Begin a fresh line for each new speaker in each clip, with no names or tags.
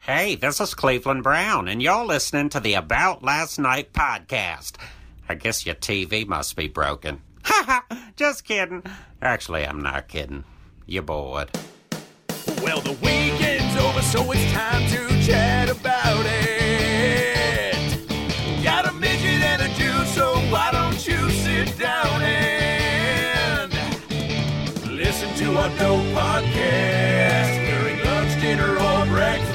Hey, this is Cleveland Brown, and you're listening to the About Last Night podcast. I guess your TV must be broken. Ha ha! Just kidding. Actually, I'm not kidding. You're bored.
Well, the weekend's over, so it's time to chat about it. Got a midget and a Jew, so why don't you sit down and listen to our dope podcast during lunch, dinner, or breakfast?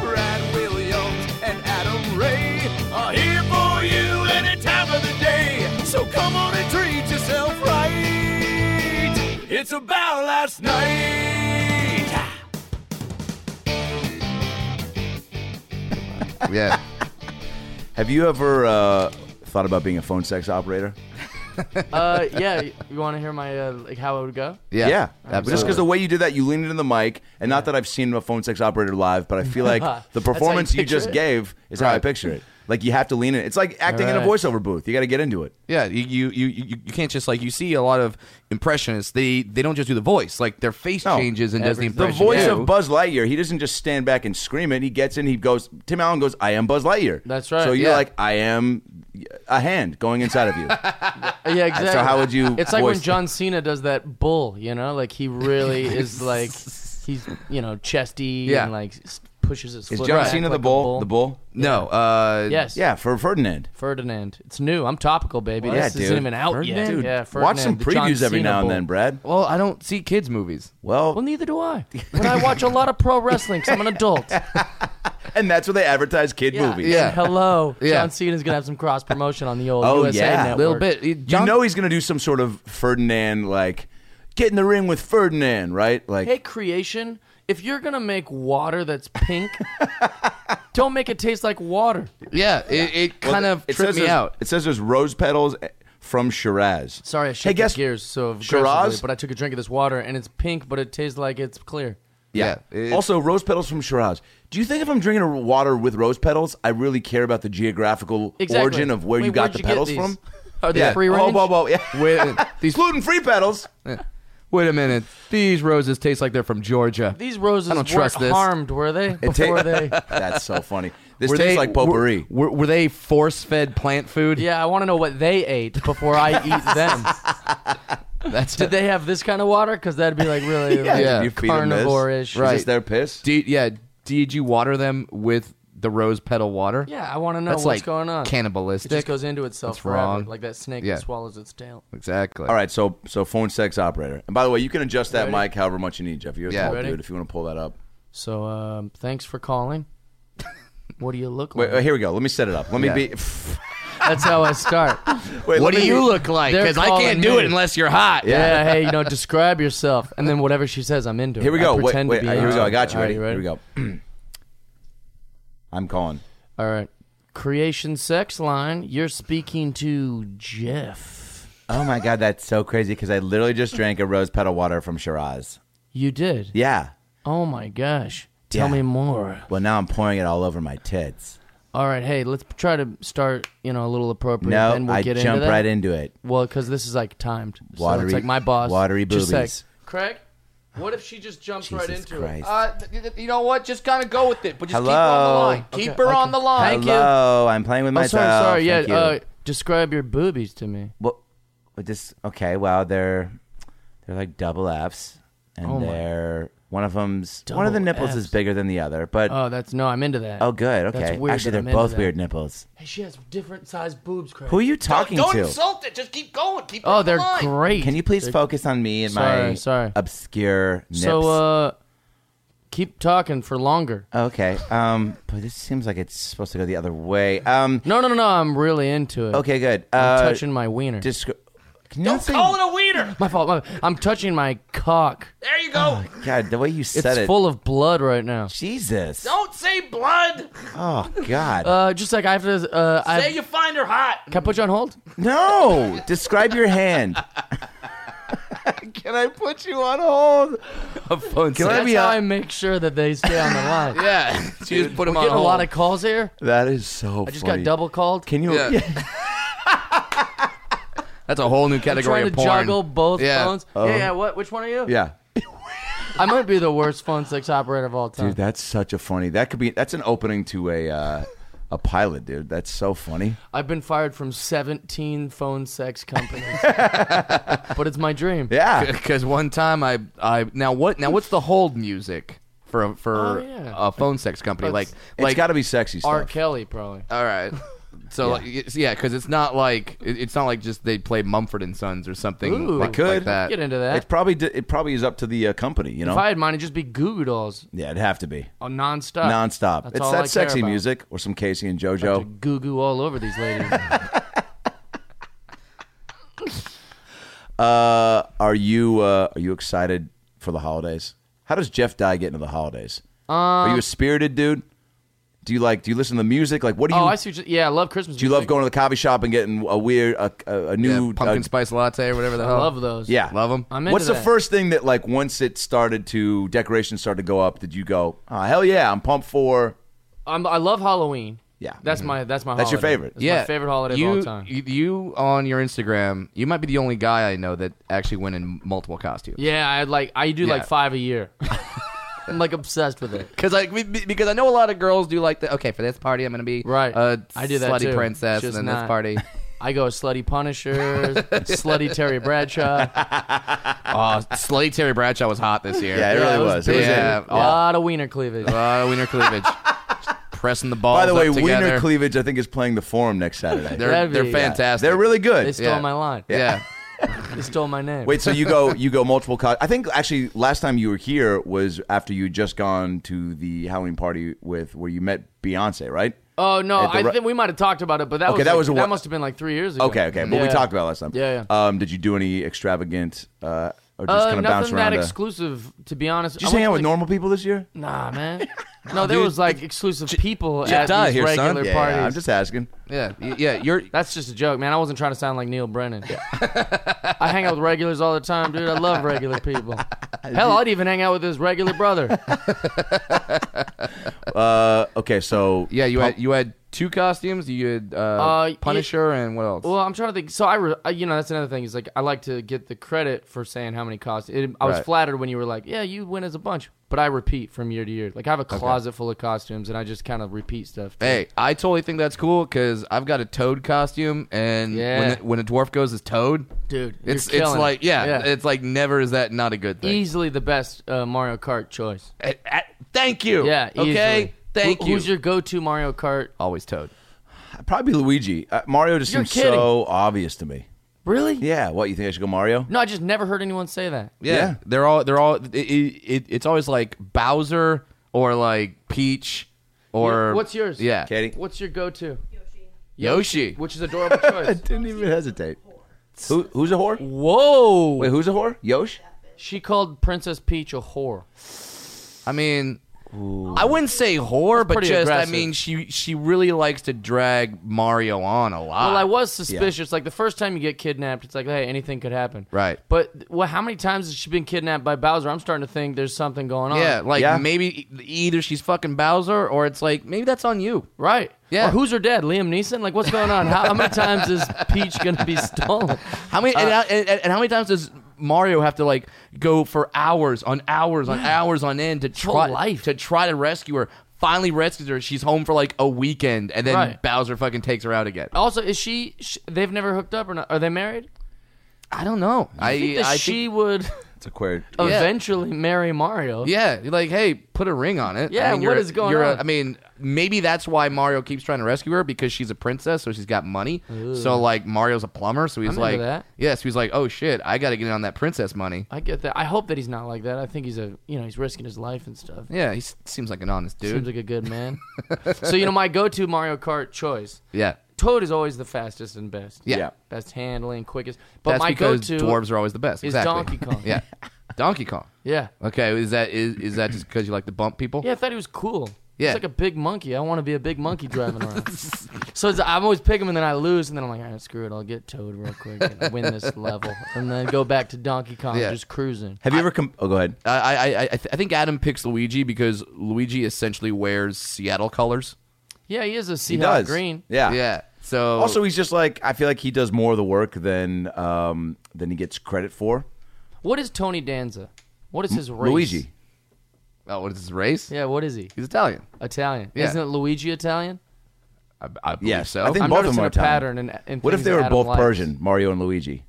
Brad Williams and Adam Ray are here for you any time of the day. So come on and treat yourself right. It's about last night.
Yeah. Have you ever uh, thought about being a phone sex operator?
uh, yeah, you want to hear my uh, like how it would go?
Yeah.
But just because the way you do that, you lean into the mic, and not that I've seen a phone sex operator live, but I feel like
That's how
the
you
performance you,
picture
just
it?
gave is how I picture it. Like you have to lean in. It's like acting in a
Right.
voiceover booth. You got to get into it.
Yeah, you, you you you you can't just like you see a lot of impressionists. They they don't just do the voice. Like their face
No.
changes and does the
Everything.
The
impression.
voice
too.
of Buzz Lightyear, he doesn't just stand back and scream it. He gets in, he goes, Tim Allen goes, I am Buzz Lightyear.
That's right,
So you're
yeah.
like, I am a hand going inside of you.
Uh, yeah, exactly.
how would you
It's like when
voice-
John Cena does that bull. You know, like he really is like he's you know chesty
Yeah.
and like s- pushes his.
Is
foot
John
back
Cena the
like a
bull? The bull?
no, uh,
Yes.
Yeah, for Ferdinand.
Ferdinand. It's new. I'm topical, baby.
Yeah,
this
dude.
isn't even out yet.
Dude,
yeah,
watch
Ferdinand,
some
the John
previews every
Cena
now and
bull.
then, Brad.
Well, I don't see kids movies.
Well,
Well, neither do I. But I watch a lot of pro wrestling 'cause I'm an adult.
and that's where they advertise kid movies.
Yeah.
And hello.
Yeah.
John Cena's gonna have some cross promotion on the old
Oh,
USA
yeah.
network.
A little bit. It-
You
John-
know he's gonna do some sort of Ferdinand like get in the ring with Ferdinand, right? Like
Hey, creation, if you're gonna make water that's pink, don't make it taste like water.
Yeah, it, it
Well,
kind of
it
tripped
says
me
there's-
out.
It says there's rose petals eh, from Shiraz.
Sorry, I
hey,
shifted
guess
gears so aggressively,
Shiraz?
but I took a drink of this water and it's pink, but it tastes like it's clear.
Yeah.
Yeah, it-
also, rose petals from Shiraz. Do you think if I'm drinking water with rose petals, I really care about the geographical
Exactly.
origin of where
Wait,
you got
where'd
the
get
petals
these?
from?
Are they
yeah.
free
Oh,
range?
whoa, whoa, yeah.
Wait,
These
these
gluten-free petals.
wait a minute. These roses taste like they're from Georgia.
These roses
I don't trust
weren't
this.
harmed, were they?
It ta-
Before they.
That's so funny. This
Were
tastes
they
like potpourri.
Were, were, were they force-fed plant food?
Yeah, I want to know what they ate before I eat them.
that's
Did they have this kind of water? Because that'd be like really like,
Yeah.
Did you feed 'em this?
carnivore-ish.
Is
Right.
this their piss?
Did, yeah. Did you water them with the rose petal water?
Yeah, I want to know
That's
what's
like
going on. It
cannibalistic.
just goes into itself
That's
forever,
wrong.
like that snake
Yeah.
that swallows its tail.
exactly.
All right, so so phone sex operator. And by the way, you can adjust that
Ready?
mic however much you need, Jeff. You're a
Yeah.
tall
Ready?
dude if you want to pull that up.
So, um, thanks for calling. What do you look like?
Wait, wait, here we go. Let me set it up. Let me
Yeah.
be.
That's how I start.
Wait, let
What do
me-
you look like?
They're
Because I
calling
can't do
me.
it unless you're hot.
yeah. hey, you know, describe yourself, and then whatever she says, I'm into.
Here we
it. I
go. Wait,
pretend to
wait, uh,
be
here we
into
go. I
it.
got you.
All right,
Ready?
you
Here we go. I'm calling.
All right, creation sex line. You're speaking to Jeff.
Oh my god, that's so crazy because I literally just drank a rose petal water from Shiraz.
You did.
Yeah.
Oh my gosh. Tell
Yeah.
me more.
Well, now I'm pouring it all over my tits.
All right, hey, let's try to start. You know, a little appropriate. then we'll get into that.
into it.
Well, because this is like timed. so
Watery-
it's like my boss.
watery
just like,
boobies.
Craig, what if she just jumps right
Jesus
into
Christ.
it? Uh, th- th- you know what? Just kind of go with it, but just keep her on
Hello.
the line. Keep
Okay,
her
okay.
on the line.
Hello, I'm playing with
Oh,
myself.
sorry, sorry.
Thank
yeah,
you.
uh, describe your boobies to me.
well, but just okay. Well, they're they're like double Fs, and
Oh my.
they're one of them's one of the
Double
nipples is
Fs.
bigger than the other, but
Oh, that's no, I'm into that.
oh, good, okay.
that's weird
Actually,
that
they're
I'm into
both
that.
weird nipples.
Hey, she has different sized boobs, Craig.
Who are you talking
Don't
to?
insult it. Just keep going. Keep
oh,
on the
they're
line.
great.
Can you please
They're-
focus on me and my
Sorry, sorry.
obscure nips?
So, uh, keep talking for longer.
okay. Um, but this seems like it's supposed to go the other way. Um,
No, no, no, no. I'm really into it.
okay, good. Uh,
I'm touching my wiener.
Disc- can you
Don't
not say-
call it a wiener.
my fault. My, I'm touching my cock.
There you
Oh
go.
God, the way you said
It's
it.
full of blood right now.
Jesus.
Don't say blood.
Oh God.
Uh, just like I have to. Uh, I
Say you find her hot.
can I put you on hold?
no. Describe your hand. can I put you on hold? Can I
That's
be
how I
on?
make sure that they stay on the line. yeah,
Yeah. She just put them on
getting a
hold.
lot of calls here.
That is so.
I just got double called.
Can you?
Yeah. That's a whole new category
trying
of
to
porn.
juggle both
Yeah.
phones.
Oh.
yeah, yeah. What? Which one are you?
Yeah.
I might be the worst phone sex operator of all time.
Dude, that's such a funny. That could be. That's an opening to a uh, a pilot, dude. That's so funny.
I've been fired from 17 phone sex companies, but it's my dream.
Yeah.
Because one time I, I now what now what's the hold music for a, for
Oh, yeah.
a phone sex company like
That's-
like
it's got to be sexy stuff.
R. Kelly, probably.
all right. So like, it's- yeah, because it's not like it- it's not like just they play Mumford and Sons or something.
Ooh.
like,
They
could.
like that.
Get into that.
It probably d- it probably is up to the uh, company, you know.
if I had mine, it'd just be Goo Goo Dolls
yeah, it'd have to be
uh, nonstop.
nonstop.
That's
it's
all I
that
care
sexy
about.
music or some Casey and
To
JoJo.
Goo Goo all over these ladies.
Uh, are you uh, are you excited for the holidays? How does Jeff Dye get into the holidays? are
Um,
you a spirited dude? Do you like? Do you listen to music? Like, what do you?
oh, I see. What you, yeah, I love Christmas.
do you love
music.
going to the coffee shop and getting a weird a, a, a
Yeah,
new
pumpkin
uh,
spice latte or whatever the
I
hell.
love those.
Yeah,
Love them.
I'm into
What's the
that.
first thing that like once it started to decorations started to go up? Did you go? Oh, hell yeah! I'm pumped for.
I'm, I love Halloween.
Yeah. Mm-hmm.
that's my that's my.
That's your
holiday.
favorite.
That's my favorite holiday
you,
of all time.
You, you on your Instagram, you might be the only guy I know that actually went in multiple costumes.
yeah, I like I do
Yeah.
like five a year. I'm like obsessed with it.
Because I be- because I know a lot of girls do like the okay for this party I'm gonna be
Right.
a
I do that
slutty
too.
princess
Just
and then this
not-
party
I go slutty Punisher, slutty Terry Bradshaw.
oh slutty Terry Bradshaw was hot this year
Yeah, it
Yeah,
really
it was
was.
big.
It was
Yeah.
in.
A lot of wiener cleavage.
uh, wiener cleavage pressing the balls
By the way,
up together.
Wiener Cleavage, I think, is playing the Forum next Saturday.
they're
That'd be-
they're
yeah.
fantastic
They're really
They
good.
stole
yeah.
my line.
yeah.
They stole my name.
Wait, so you go you go multiple? Co- I think actually last time you were here was after you had just gone to the Halloween party with where you met Beyonce, right?
Oh no,
At the
I
re-
think we might have talked about it, but that
Okay,
was
that
like-
was a wh-
that must have been like three years ago.
Okay, okay, but we
Yeah.
talked about it last time.
Yeah,
Um, did you do any extravagant uh, or just
Uh,
kind of bounce
nothing that
around? to-
exclusive, to be honest.
did you
I
just hang out with
went to
normal people this year?
the- Nah, man. No, there was like exclusive people
Jeff
at
Dye
these
here, son.
regular
Yeah,
Yeah,
parties.
I'm just asking.
yeah Y- yeah you're
That's just a joke, man. I wasn't trying to sound like Neil Brennan. I hang out with regulars all the time, dude. I love regular people. Hell, I'd even hang out with his regular brother.
Uh, okay, so
yeah you had you had two costumes you had uh,
Uh, y-
Punisher and what else
Well, I'm trying to think. So I, re- I- you know, that's another thing. Is like I like to get the credit for saying how many costs. It, I was
Right.
flattered when you were like, "Yeah, you win as a bunch," but I repeat from year to year. Like I have a closet full of costumes, and I just kind of repeat stuff. too.
Hey, I totally think that's cool because I've got a toad costume, and
Yeah.
when, when a dwarf goes as toad,
dude, you're
it's it's
killing it.
like yeah, it's like never is that not a good thing.
easily the best uh, Mario Kart choice.
Eh, eh, thank you.
Yeah,
Okay.
easily.
Thank
Who-
you.
Who's your go-to Mario Kart?
always toad?
Probably Luigi. Uh, Mario just
You're
seems
kidding.
so obvious to me.
Really?
Yeah, what you think I should go Mario?
No, I just never heard anyone say that.
Yeah,
Yeah.
they're all they're all. It, it, it's always like Bowser or like Peach or
Yeah, what's yours?
Yeah,
Katie
What's your go-to?
Yoshi.
Which is adorable choice.
didn't even hesitate. Who, who's a whore?
Whoa!
Wait, who's a whore? Yosh?
She called Princess Peach a whore.
I mean, I wouldn't say whore, but
pretty
just I
aggressive.
mean she she really likes to drag Mario on a lot.
Well, I was suspicious. Like the first time you get kidnapped, it's like, hey, anything could happen.
Right.
But well, how many times has she been kidnapped by Bowser? I'm starting to think there's something going on.
Yeah, like
Yeah.
maybe e- either she's fucking Bowser or it's like maybe that's on you.
Right.
Yeah.
Or who's her dad? Liam Neeson? Like, what's going on? How, how many times is Peach gonna be stolen?
How many and, how-
Uh,
and, and how many times does Mario have to like go for hours on hours on hours on end to
whole
try
life.
to try to rescue her? Finally rescues her. She's home for like a weekend, and then
Right. Oh,
Bowser fucking takes her out again.
Also, is she? Sh- they've never hooked up or not? Are they married?
I don't know. I
I think that
I
she
think,
would
It's a queer.
eventually marry Mario.
yeah, you're like hey, put a ring on it.
Yeah,
I mean,
what
you're-
is going
you're a-
on?
I mean, maybe that's why Mario keeps trying to rescue her because she's a princess, so she's got money. So like Mario's a plumber, so he's
I'm into
like,
that.
yeah, so he's like, oh shit, I got to get in on that princess money.
I get that. I hope that he's not like that. I think he's a, you know, he's risking his life and stuff.
Yeah, he s- seems like an honest dude.
Seems like a good man. so you know, my go-to Mario Kart choice.
yeah,
Toad is always the fastest and best.
yeah.
Yeah.
Best handling, quickest. But
That's
my
because
go-to
dwarves are always the best.
is
exactly.
Donkey Kong.
yeah, Donkey Kong.
Yeah.
Okay, is that is, is that just because you like to bump people?
Yeah, I thought he was cool.
Yeah.
He's like a big monkey. I want to be a big monkey driving around. so it's, I always pick him and then I lose and then I'm like, all right, screw it. I'll get Toad real quick and win this level. And then go back to Donkey Kong
Yeah.
just cruising.
Have you ever come? Oh, go ahead.
I I I, I, th- I think Adam picks Luigi because Luigi essentially wears Seattle colors.
Yeah, he is a
He
Seahawk
does.
green.
Yeah.
Yeah. So
Also, he's just like I feel like he does more of the work than um than he gets credit for.
What is Tony Danza? What is his race?
Luigi.
Oh, what is his race?
Yeah, what is he?
He's Italian.
Italian.
Yeah.
Isn't it Luigi Italian?
I, I believe
Yes,
so.
I think
I'm
both of
noticing
them are
a
Italian.
pattern in, in
What if
things
they
that
were
Adam
both
likes.
Persian, Mario and Luigi?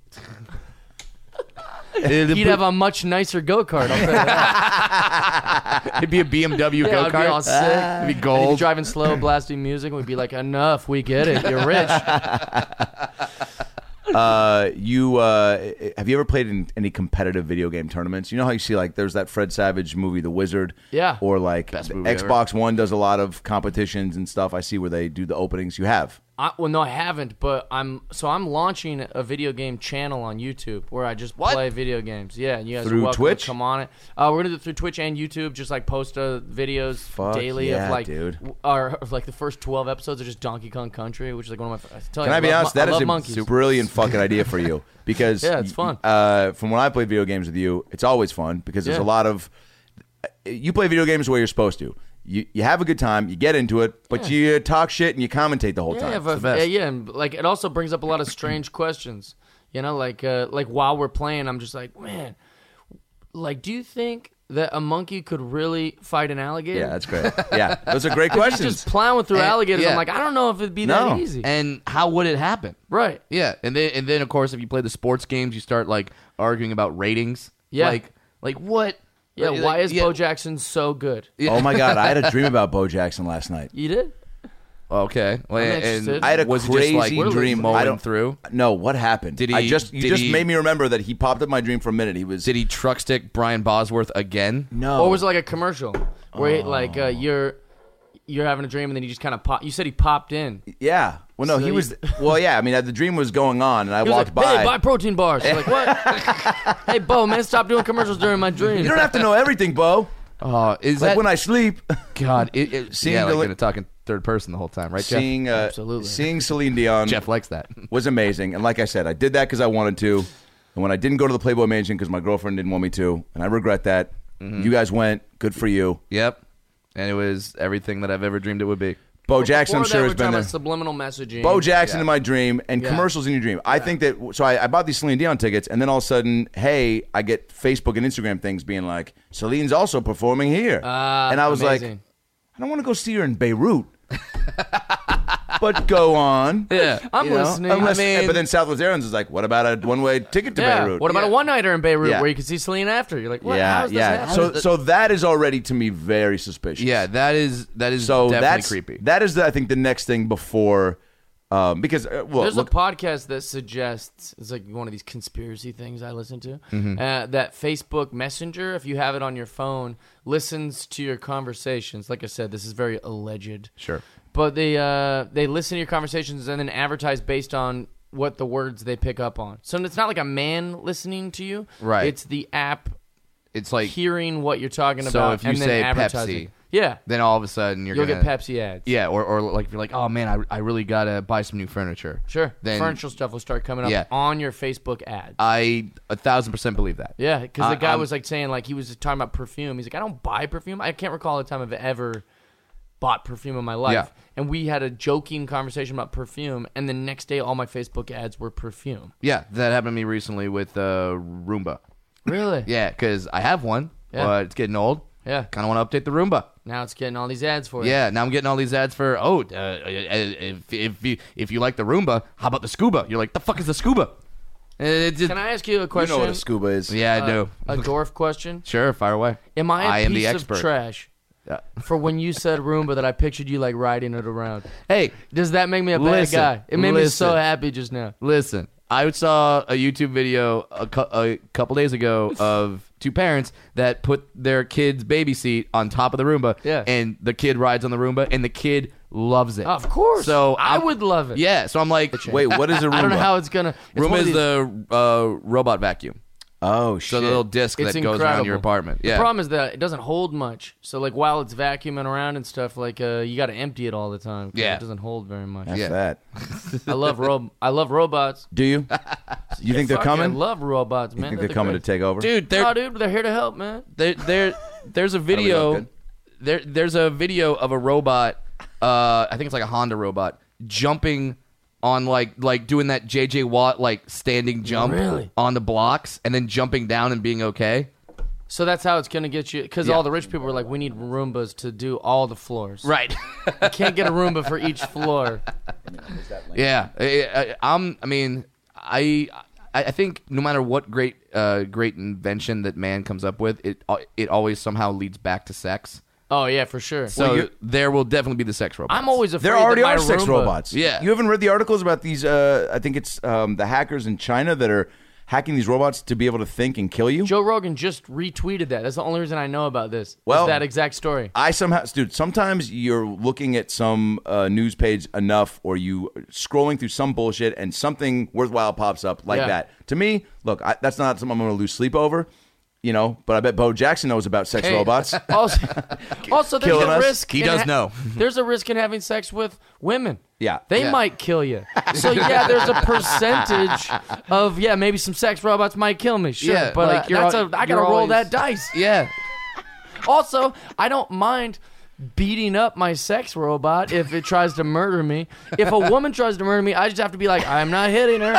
He'd have a much nicer go kart. I'll tell you that.
It'd be a BMW
Yeah,
go
it'd be all
kart.
sick.
Ah.
It'd be
And he'd be
gold.
driving slow, blasting music, and we'd be like, "Enough, we get it. You're rich."
Uh, you uh, have you ever played in any competitive video game tournaments? You know how you see like there's that Fred Savage movie, The Wizard.
Yeah.
Or like
Best
the
movie ever.
Xbox One does a lot of competitions and stuff. I see where they do the openings. You have.
I, well, no, I haven't, but I'm so I'm launching a video game channel on YouTube where I just play video games. Yeah, and you guys
Through
are welcome
Twitch?
to come on it. Uh, we're gonna do it through Twitch and YouTube. Just like post uh, videos daily
yeah,
of like
dude.
w- or of like the first twelve episodes are just Donkey Kong Country, which is like one of my. I tell
Can
you,
I be
love,
honest?
mon-
That
I
is
love
a
monkeys.
brilliant fucking idea for you because
Yeah, it's fun.
Uh, from when I play video games with you, it's always fun because there's
Yeah.
a lot of you play video games where you're supposed to. You you have a good time, you get into it, but you talk shit and you commentate the whole
Yeah,
time.
if-
It's the best.
yeah, yeah, and like it also brings up a lot of strange questions. You know, like uh, like while we're playing, I'm just like, man, like, do you think that a monkey could really fight an alligator?
Yeah, that's great. Yeah, those are great questions.
just plowing through
And-
alligators.
yeah.
I'm like, I don't know if it'd be
No.
that easy.
And how would it happen?
right.
Yeah, and then and then of course if you play the sports games, you start like arguing about ratings.
Yeah.
like like what?
Yeah.
Like,
why is
yeah.
Bo Jackson so good?
Oh my god, I had a dream about Bo Jackson last night.
You did?
Okay, well,
I'm
and-
interested.
I had a
was it
crazy
just like
dream. I
Mowing
don't-
through.
No, what happened?
Did
I
he-
just you
did
just
he-
made me remember that he popped up my dream for a minute. He was
Did he truck stick Brian Bosworth again?
no.
Or was it like a commercial where
Oh.
like uh, you're you're having a dream and then you just kind of pop? You said he popped in. He
yeah. Well, no,
So
he
you-
was. Well, yeah. I mean, the dream was going on, and I
was
walked
like,
by.
Hey, buy protein bars. I'm Like what? hey, Bo, man, stop doing commercials during my dream.
You don't have to know everything, Bo.
Uh, is
Like
that
when I sleep,
God? It, it,
Seeing
yeah,
the
like
li-
gonna talk in third person the whole time, right, Jeff?
seeing uh,
Absolutely.
seeing Celine Dion
Jeff likes that.
was amazing. And like I said, I did that because I wanted to. And when I didn't go to the Playboy Mansion because my girlfriend didn't want me to, and I regret that.
Mm-hmm.
You guys went. Good for you,
yep, and it was everything that I've ever dreamed it would be.
Bo Jackson. I'm
Before that,
sure
we're
has been
talking
there.
about subliminal messaging.
Bo Jackson in my dream and
Yeah.
commercials in your dream. I think that so I, I bought these Celine Dion tickets and then all of a sudden, hey, I get Facebook and Instagram things being like, Celine's also performing here,
Ah,
and I was like,
amazing.
I don't want to go see her in Beirut, but go on.
Yeah,
I'm
you know?
listening.
Unless,
I mean-
but then Southwest Airlines is like, what about a one-way ticket to
yeah.
Beirut?
What about a one nighter in Beirut
Yeah.
where you can see Celine after? You're like, what? How
yeah,
is this
yeah.
happening?
So, so that is already to me very suspicious.
yeah, that is that is
so
definitely
that's
creepy.
That is, the, I think, the next thing before, um, because uh, well,
There's
look,
a podcast that suggests it's like one of these conspiracy things I listen to.
Mm-hmm.
Uh, that Facebook Messenger, if you have it on your phone, listens to your conversations. Like I said, this is very alleged.
Sure.
But they uh, they listen to your conversations and then advertise based on what the words they pick up on. So it's not like a man listening to you.
Right.
It's the app
It's like
hearing what you're talking
So
about
if you
and then
say
advertising.
Pepsi,
yeah,
then all of a sudden you're
you'll
gonna
get Pepsi ads.
Yeah, or, or like if you're like, oh man, I, I really gotta buy some new furniture.
Sure.
Then
Furniture stuff will start coming up
Yeah.
on your Facebook ads.
I a thousand percent believe that.
Yeah, because
I-
the guy
I'm-
was like saying like he was talking about perfume. He's like, I don't buy perfume. I can't recall a time I've ever bought perfume in my life.
Yeah.
And we had a joking conversation about perfume, and the next day all my Facebook ads were perfume.
Yeah, that happened to me recently with uh, Roomba.
Really?
Yeah, because I have one,
Yeah.
but it's getting old.
Yeah.
Kind of want to update the Roomba.
Now it's getting all these ads for you.
Yeah, now I'm getting all these ads for oh, uh, uh, if if you, if you like the Roomba, how about the scuba? You're like, the fuck is the scuba? And It just,
Can I ask you a
you
question? Uh,
know what a scuba is.
yeah, I do.
a dwarf question.
sure, fire away.
Am I a
I am
piece
the expert.
of trash
Yeah.
for when you said Roomba that I pictured you like riding it around?
Hey,
Does that make me a bad
Listen,
guy? It made me so
listen.
happy just now.
Listen, I saw a YouTube video a, cou- a couple days ago of two parents that put their kid's baby seat on top of the Roomba.
Yeah.
And the kid rides on the Roomba, and the kid loves it.
Of course.
So
I
I'm-
would love it.
Yeah. So I'm like,
Wait, what is a Roomba?
I don't know how it's gonna. It's one
Roomba
of
is
these-
the uh, robot vacuum.
Oh shit!
So the little disc that
It's
goes around your
incredible.
apartment. Yeah.
The problem is that it doesn't hold much. So like while it's vacuuming around and stuff, like uh, you got to empty it all the time. 'cause
Yeah.
it doesn't hold very much.
That's
Yeah.
that.
I love rob. I love robots.
Do you? You think they're
Fuck yeah,
coming?
I love robots, man.
you think they're
They're the
coming to
greatest.
take over?
dude, they're
Nah, dude, they're here to help, man.
there, there there's a
we look
video
good?
there there's a video of a robot uh i think it's like a honda robot jumping on like like doing that jj watt like standing jump
Really?
on the blocks and then jumping down and being okay
So that's how it's going to get you. Because all the rich people were like, we need Roombas to do all the floors.
Right.
You can't get a Roomba for each floor.
yeah. I, I, am I mean, I. I I think no matter what great, uh, great invention that man comes up with, it al- it always somehow leads back to sex.
Oh, yeah, for sure.
So
you-
there will definitely be the sex robot.
I'm always afraid
There already
that my
are sex
Roomba-
robots.
Yeah.
You haven't read the articles about these, uh, I think it's um, the hackers in China that are hacking these robots to be able to think and kill you.
Joe Rogan just retweeted that. That's the only reason I know about this. is
Well- uh,
that exact story.
I somehow, dude, sometimes you're looking at some uh, news page enough or you scrolling through some bullshit and something worthwhile pops up like
Yeah.
that. To me, look, I, that's not something I'm going to lose sleep over, you know, but I bet Bo Jackson knows about sex
Hey,
robots.
Also, also there's
Killing
a
us.
risk.
He
in
does
ha-
know.
there's a risk in having sex with women.
Yeah.
They
Yeah.
might kill you. So yeah, there's a percentage of yeah, maybe some sex robots might kill me. Sure,
Yeah,
but
like,
uh,
you're
that's
al-
a I gotta
you're
roll
always-
that dice.
yeah,
Also, I don't mind beating up my sex robot if it tries to murder me. If a woman tries to murder me, I just have to be like, I'm not hitting her.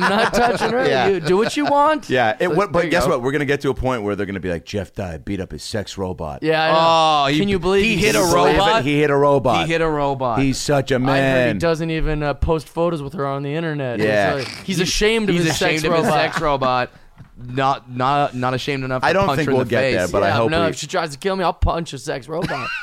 not touching her.
Yeah.
You do what you want.
yeah. It, what,
there
but
you
guess
go.
what? We're going to get to a point where they're going to be like, Jeff Dye beat up his sex robot.
Yeah. I know.
Oh, he-
Can you believe
he hit
he's
a
so-
robot?
He hit a robot.
he hit a robot.
He's such a
I heard he
man.
doesn't even uh, post photos with her on the internet.
Yeah.
It's like- he's ashamed of
He's
his
ashamed
sex
of
robot.
his sex robot. Not not not ashamed enough. To
I don't
punch
think
her in
we'll
the
get
face.
there, but I
Yeah,
hope
no,
we-
if she tries to kill me, I'll punch a sex robot.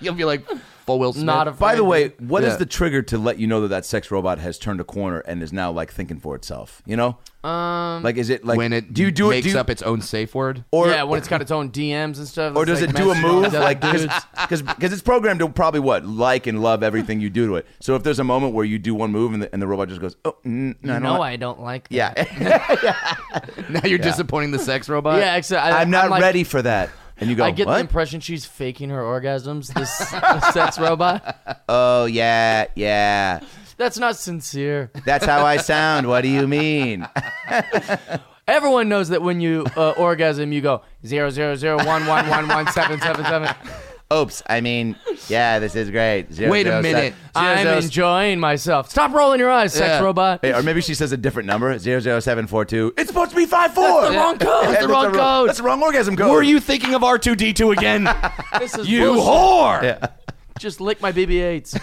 you'll be like full Will Smith.
Not afraid.
By the way, what is
Yeah.
the trigger to let you know that that sex robot has turned a corner and is now like thinking for itself? You know, um, like is it like
when it
do you do
makes
it do you-
up its own safe word.
or
yeah, when it's got its own DMs and stuff.
or
it's
does
like
it do a
messaging all
move
these other
like
dudes.
because it's programmed to probably what like and love everything you do to it. So if there's a moment where you do one move and the, and the robot just goes, oh n- no, I don't
no,
like-
I don't like that.
yeah,
now you're disappointing the sex robot.
yeah, exactly.
I'm not
like,
ready for that. And you go,
I get the
what?
impression she's faking her orgasms. This this sex robot.
oh yeah, yeah.
That's not sincere.
That's how I sound. What do you mean?
Everyone knows that when you uh, orgasm, you go zero zero zero one one one one seven seven seven.
Oops. I mean, yeah, this is great. Zero,
Wait a
zero,
minute.
seven-
I'm enjoying myself. Stop rolling your eyes, sex
Yeah.
robot.
Hey, or maybe she says a different number, 00742. It's supposed to be 54.
That's the wrong code. That's the wrong code.
That's the wrong orgasm code.
Were you thinking of R two D two again?
This is
you
bullshit.
whore.
Just lick my BB-8s.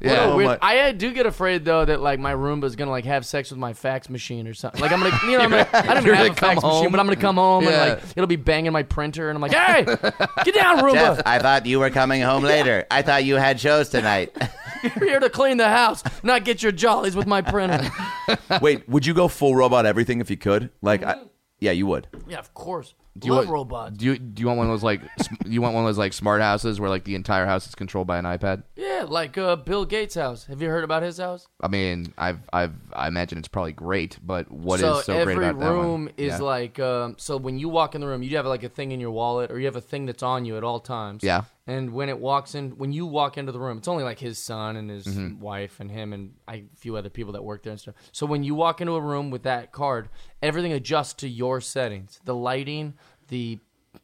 Yeah.
Oh,
Oh,
weird.
my-
I uh, do get afraid though that like my Roomba's gonna like have sex with my fax machine or something. Like I'm gonna, you know, I'm gonna, I don't even
You're
have
gonna
a fax
come
machine,
home.
but I'm gonna come home
Yeah.
and like it'll be banging my printer, and I'm like, hey, get down,
Jeff,
Roomba.
I thought you were coming home later. I thought you had shows tonight.
You're here to clean the house, not get your jollies with my printer.
Wait, would you go full robot everything if you could? Like,
Mm-hmm.
I, yeah, you would.
yeah, of course.
Do you
Love
want,
robots.
Do you do you want one of those like sm- you want one of those like smart houses where like the entire house is controlled by an iPad?
Yeah, like uh, Bill Gates' house. Have you heard about his house?
I mean, I've I've I imagine it's probably great, but what is
so
so,
every
great about that one?
room is
Yeah.
like um, so when you walk in the room you have like a thing in your wallet or you have a thing that's on you at all times
Yeah.
and when it walks in when you walk into the room it's only like his son and his
Mm-hmm.
wife and him and I- a few other people that work there and stuff so when you walk into a room with that card everything adjusts to your settings the lighting the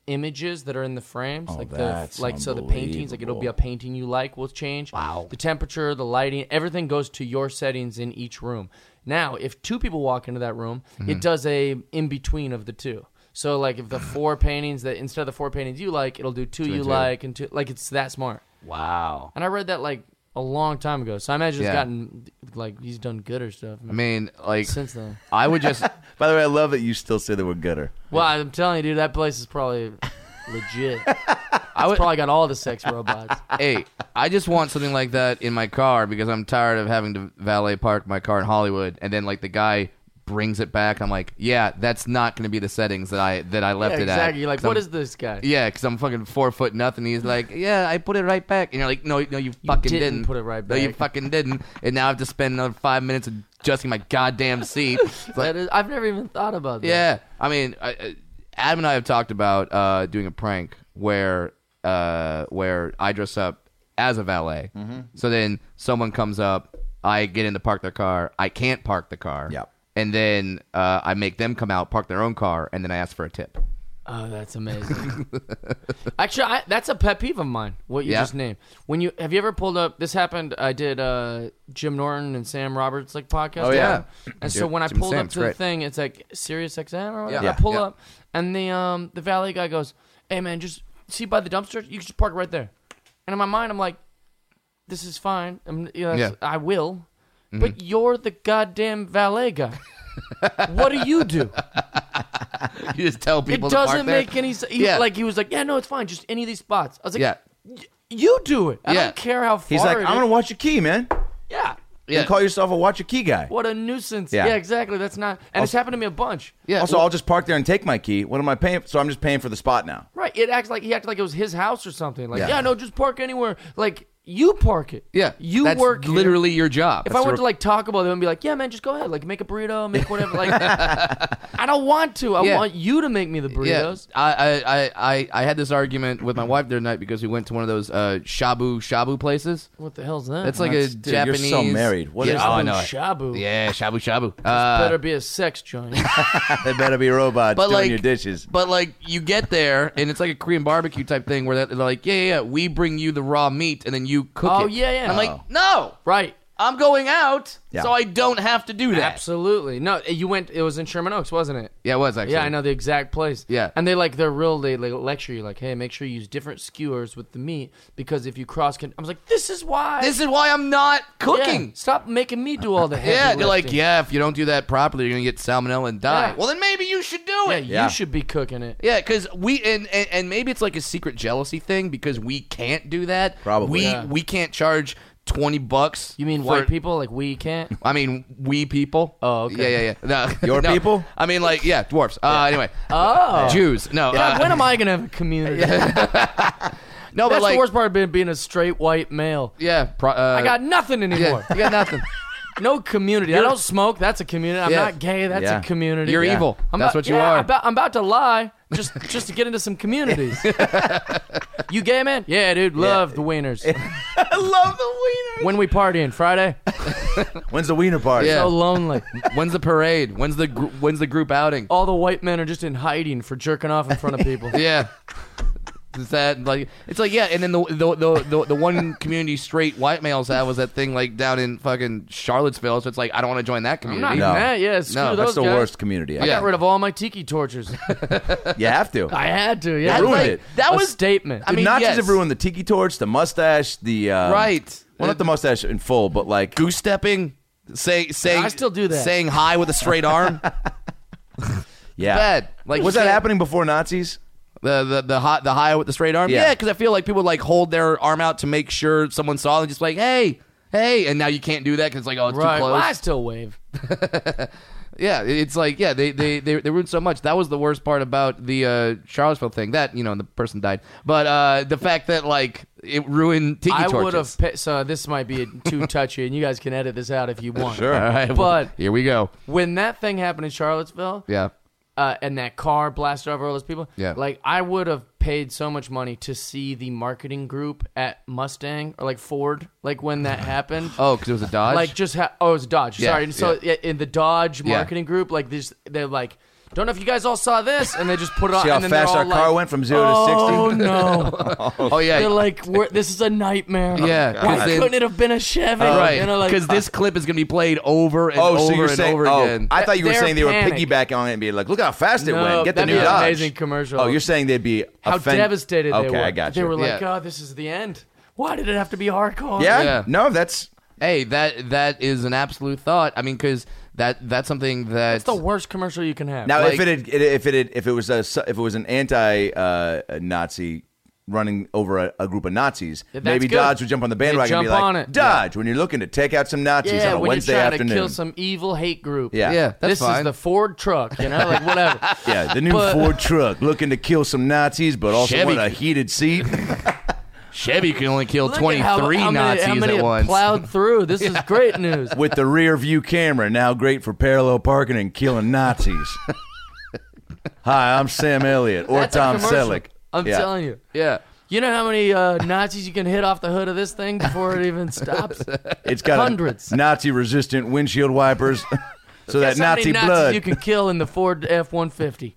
images that are in the
Oh,
frames like the
that's
like so the paintings like it'll be a painting you like will change wow the temperature the lighting everything goes to your settings in each room now if two people walk into that room it does a in between of the two so like if the four paintings that instead of the four paintings you like it'll do two, you
two.
like and two like it's that smart
wow.
and i read that like a long time ago so i imagine
Yeah.
it's gotten like he's done gooder stuff
I mean, like
since then
I would just
By the way, I love that you still say that we're gooder.
well i'm telling you dude that place is probably legit i would probably got all the sex robots
hey, I just want something like that in my car because I'm tired of having to valet park my car in Hollywood, and then like the guy brings it back. I'm like, yeah, that's not going to be the settings that I that I left
Yeah,
it at.
exactly You're like
'Cause
what
I'm-
is this guy
Yeah, because I'm fucking four foot nothing. He's like, yeah, I put it right back, and you're like, no, no, you fucking
didn't put it right
No, you
back."
fucking didn't. And now I have to spend another five minutes adjusting my goddamn seat. It's like,
That is, I've never even thought about that.
yeah, I mean, I- I, Adam and I have talked about uh, doing a prank where uh, where I dress up as a valet.
Mm-hmm.
So then someone comes up, I get in to park their car. I can't park the car.
Yep.
And then uh, I make them come out, park their own car, and then I ask for a tip.
Oh, that's amazing. Actually, I, that's a pet peeve of mine. What you
Yeah?
just named. When you have you ever pulled up? This happened. I did uh, Jim Norton and Sam Roberts like podcast.
Oh, yeah.
And
Yeah,
so when I
Jim and
pulled
Sam,
up
it's
to the
great.
thing, it's like Sirius XM or whatever.
Yeah.
I pull
Yeah.
up, and the um the valet guy goes, "Hey man, just see by the dumpster. You can just park right there." And in my mind, I'm like, "This is fine. I'm, you know, that's-
Yeah. Mm-hmm.
I will." But you're the goddamn valet guy. what do you do?
You just tell people
it
to park
doesn't
there.
make any sense.
Yeah.
Like he was like, yeah, no, it's fine, just any of these spots. I was like,
Yeah.
"Y- you do it. I
Yeah.
don't care how far.
He's like,
it
I'm
is."
gonna watch your key, man.
yeah,
Yeah.
You call yourself a watch your key guy.
what a nuisance.
Yeah.
Yeah, exactly. That's not, and it's happened to me a bunch.
Oh. yeah.
also, I'll just park there and take my key. What am I paying? So I'm just paying for the spot now.
Right? It acts like he acted like it was his house or something. Like,
Yeah.
yeah, no, just park anywhere. Like you park it.
yeah.
you
That's
work here.
literally your job.
If I went to like Taco Bell, they would be like, "Yeah, man, just go ahead, like make a burrito, make whatever." Like, I don't want to. I
Yeah.
want you to make me the burritos.
Yeah, I, I, I, I, I had this argument with my wife the other night because we went to one of those uh, shabu shabu places.
What the hell's that?
It's like
That's-
a
dude, you're
Japanese.
so married. What
yeah,
is
oh, I
that?
know it.
shabu.
Yeah, shabu shabu. Uh,
better be a sex joint.
They better be robots
but
doing
like
your dishes.
But like you get there and it's like a Korean barbecue type thing where that- they're like, yeah, yeah, yeah, we bring you the raw meat and then you cook it.
Oh, yeah, yeah.
And I'm like, no,
right.
I'm going out,
Yeah.
so I don't have to do that.
Absolutely. No, eh, you went. It was in Sherman Oaks, wasn't it?
Yeah, it was actually.
Yeah, I know the exact place.
Yeah.
and they like they're real. They like, lecture you like, hey, make sure you use different skewers with the meat because if you cross, con-, I was like, this is why.
This is why I'm not
Yeah,
cooking.
Stop making me do all the heavy
Yeah, they're like,
lifting.
yeah, if you don't do that properly, you're gonna get salmonella and die.
Yeah.
Well, then maybe you should do
yeah.
it.
You
Yeah.
should be cooking it.
Yeah, because we and, and and maybe it's like a secret jealousy thing because we can't do that.
Probably.
we
Yeah.
we can't charge twenty bucks.
You mean
for-
white people? Like we can't.
I mean, we people.
Oh, okay.
Yeah, yeah, yeah. No,
Your
no.
people?
I mean, like, yeah, dwarfs. Uh, Anyway,
Oh.
Jews. No,
God,
uh,
when am I gonna have a community? That's
no, but like,
the worst part of being, being a straight white male.
yeah, pro- uh,
I got nothing
yeah,
anymore.
you got nothing.
No community. I don't smoke. That's a community. I'm
Yeah.
not gay. That's
Yeah.
a community.
You're evil.
I'm
That's
about-
what you
yeah,
are.
I'm about, I'm about to lie just just to get into some communities. you gay man? Yeah, dude. Love the wieners.
I love the
when we partying Friday?
When's the wiener party?
Yeah.
So lonely.
when's the parade? When's the gr- when's the group outing?
All the white men are just in hiding for jerking off in front of people.
Yeah. Is that like it's like yeah, and then the the the, the, the one community straight white males had was that thing like down in fucking Charlottesville. So it's like I don't want to join that
I'm
community.
not
No.
even that. Yeah, screw
No,
those
That's the
guys.
worst community. I
Yeah.
Got rid of all my tiki torches.
You have to.
I had to. Yeah,
They ruined
Like,
it.
That
a
was
statement.
I mean,
Nachos
yes.
have ruined the tiki torch, the mustache, the um,
Right.
Well, not the mustache in full, but like
goose stepping. Say saying
I still do that.
Saying hi with a straight arm.
yeah.
Bad. Like
was
you
that
can't-
happening before Nazis?
The the the hot the high with the straight arm.
Yeah.
Yeah, because I feel like people like hold their arm out to make sure someone saw and just like hey hey, and now you can't do that because like oh it's
right.
too close.
Well, I still wave.
Yeah, it- it's like yeah, they they they, they ruined so much. That was the worst part about the uh, Charlottesville thing. That you know, and the person died, but uh, the fact that like it ruined tiki
I
torches.
would have. Pe- so this might be too touchy, and you guys can edit this out if you want.
All right, well,
But-
here we go.
When that thing happened in Charlottesville,
Yeah,
uh, and that car blasted over all those people,
Yeah.
like I would have paid so much money to see the marketing group at Mustang or like Ford, like when that happened.
oh, because it was a Dodge.
Like just ha- oh, it was Dodge.
Yeah,
Sorry. And So yeah, in the Dodge
Yeah.
marketing group, like this, they're like, don't know if you guys all saw this, and they just put it on.
See how
and then they're
fast
all
our car
like,
went from zero
Oh
to sixty.
no!
oh yeah,
They're like, we're, this is a nightmare.
Yeah,
Oh,
'cause
Why
then-
couldn't it have been a Chevy?
right.
You know, like,
Because this clip is gonna be played over and
Oh,
over
so you're
and
saying?
over
oh,
again.
I thought you were
They're
saying they were
panicked.
piggybacking on it and being like, "Look how fast it
No,
went! Get the
that'd
new
be an
Dodge."
amazing commercial.
Oh, you're saying they'd be
how
offen-
devastated
okay,
they were.
I got you.
They were like,
Yeah.
"Oh, this is the end. Why did it have to be hardcore?"
yeah?
Yeah.
no, that's
hey, that that is an absolute thought. I mean, because that that's something that
it's the worst commercial you can have.
now
Like-
if it had, if it had, if it was a su- if it was an anti-Nazi. Running over a, a group of Nazis,
Yeah, that's
maybe
good.
Dodge would jump on the bandwagon and
jump
be like,
on it.
"Dodge, when you're looking to take out some Nazis
yeah,
on a
when
Wednesday
you're trying
afternoon,
to kill some evil hate group.
yeah,
yeah, that's
this
fine.
is the Ford truck. You know, like whatever.
Yeah, the new
But-
Ford truck looking to kill some Nazis, but also
Chevy.
want a heated seat.
Chevy can only kill
Look
twenty
at how-
three
how many-
Nazis
how many
at
it
once.
Plowed through. This is great news.
with the rear view camera, now great for parallel parking and killing Nazis. Hi, I'm Sam Elliott or
That's a
Tom
commercial.
Selleck.
I'm
Yeah.
telling you.
yeah.
You know how many uh, Nazis you can hit off the hood of this thing before it even stops?
It's got
Hundreds.
Nazi resistant windshield wipers so that
That's how many
Nazi
Nazis
blood.
you can kill in the Ford F one fifty.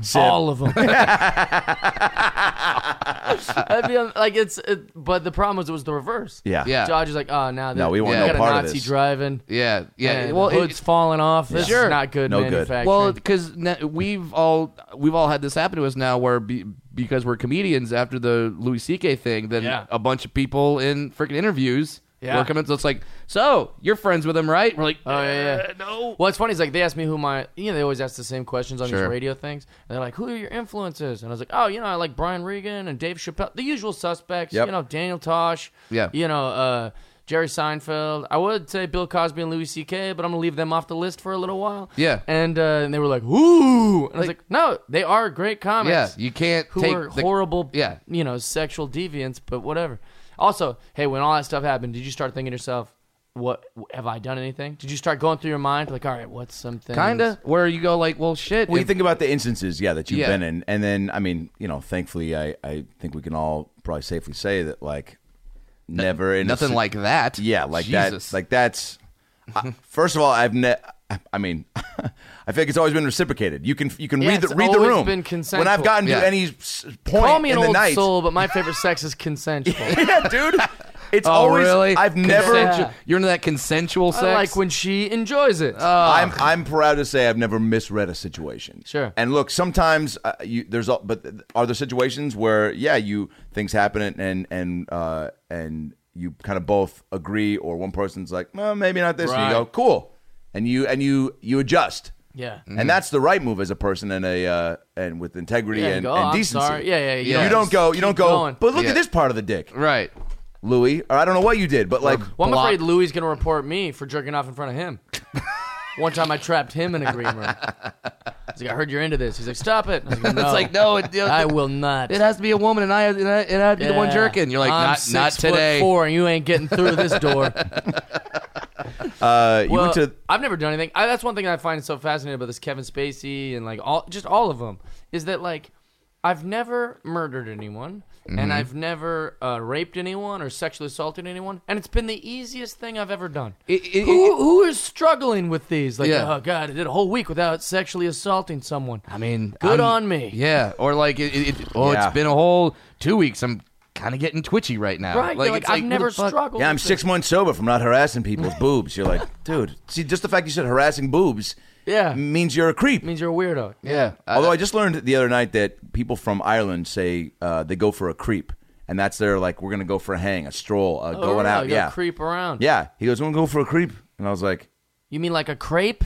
Sip.
All of them. I'd be on- like it's, it, but the problem was it was the reverse.
Yeah.
Yeah.
Dodge is like, oh, now
No, we want
no
got
part
a
of
Nazi
this.
driving.
Yeah, yeah.
and
well,
the hood's
it's
falling off. This
Sure.
is not good
No good.
manufacturing.
well because we've all we've all had this happen to us now, where be, because we're comedians after the Louis C.K. thing, then
Yeah.
a bunch of people in freaking interviews.
Yeah.
Were coming, so it's like, so you're friends with him, right? We're like,
Oh yeah, yeah.
"Uh, no.
Well, it's funny. It's like they asked me who my, you know, they always ask the same questions on
Sure.
these radio things. And they're like, "Who are your influences?" And I was like, "Oh, you know, I like Brian Regan and Dave Chappelle, the usual suspects.
Yep.
You know, Daniel Tosh.
Yeah.
You know, uh, Jerry Seinfeld. I would say Bill Cosby and Louis C.K., but I'm gonna leave them off the list for a little while.
Yeah.
And, uh, and they were like, "Ooh," and I was like, "No, they are great
Yeah,
comics.
you can't
who
take
are
the-
horrible,
Yeah.
you know, sexual deviants, but whatever. Also, hey, when all that stuff happened, did you start thinking to yourself, what have I done anything? Did you start going through your mind like, all right, what's something?
Kinda, where you go like, well, shit.
Well, you
if-
think about the instances, yeah, that you've
Yeah.
been in, and then I mean, you know, thankfully, I, I think we can all probably safely say that like never in a
nothing
si-
like that.
yeah, like
Jesus.
that, like that's. I, first of all, I've ne- I mean, I feel like it's always been reciprocated. You can you can
Yeah,
read
it's
the read the
always
room.
been
when I've
consensual.
gotten
Yeah.
to any s- point
Call me an
in the
old
night,
soul, but my favorite sex is consensual.
yeah, dude, it's
Oh,
always
really?
I've never.
Consensual-
Yeah.
You're into that consensual sex.
I like when she enjoys it.
I'm I'm proud to say I've never misread a situation.
Sure.
And look, sometimes uh, you there's all, but are there situations where yeah you things happen and and and, uh, and you kind of both agree or one person's like well maybe not this and you go
Right.
cool and you and you you adjust
yeah. Mm-hmm.
and that's the right move as a person and a uh, and with integrity
Yeah, you
and,
go, "Oh,
and
I'm
decency.
sorry." Yeah, yeah,
yeah.
You don't go. You
Keep
don't go.
going.
But look
Yeah.
at this part of the dick,
right.
Louis. Or I don't know what you did, but like
Well, I'm
Block.
afraid Louis is going to report me for jerking off in front of him. One time I trapped him in a green room. I was like, I heard you're into this. He's like, stop it. I was like, no,
It's like no, it,
I will not.
It has to be a woman, and I and I, and I have to be the one
Yeah.
jerking. You're like,
I'm
not
six
not
foot
today.
Four, and you ain't getting through this door.
uh, you
well,
went to
I've never done anything. I, that's one thing I find so fascinating about this Kevin Spacey and like all, just all of them, is that like I've never murdered anyone,
Mm-hmm.
and I've never uh, raped anyone or sexually assaulted anyone, and it's been the easiest thing I've ever done.
It- it-
who, who is struggling with these? Like,
Yeah.
oh god, I did a whole week without sexually assaulting someone.
I mean,
Good
I'm-
on me.
Yeah, or like, it, it, it- oh,
Yeah.
it's been a whole two weeks. I'm kind of getting twitchy right now.
Right? Like, like
it's
I've
who
never
the fuck-
struggled.
Yeah, I'm
with
six
this.
months sober from not harassing people's boobs. You're like, dude, see, just the fact you said harassing boobs
Yeah.
Mm.
means you're a creep.
Means you're a weirdo.
Yeah, I,
Although I just learned the other night that people from Ireland say uh, they go for a creep, and that's their like, we're gonna go for a hang, a stroll, uh,
Oh,
going
yeah,
out.
you gotta
Yeah,
creep around.
yeah. He goes, we're gonna go for a creep, and I was like,
You mean like a crepe?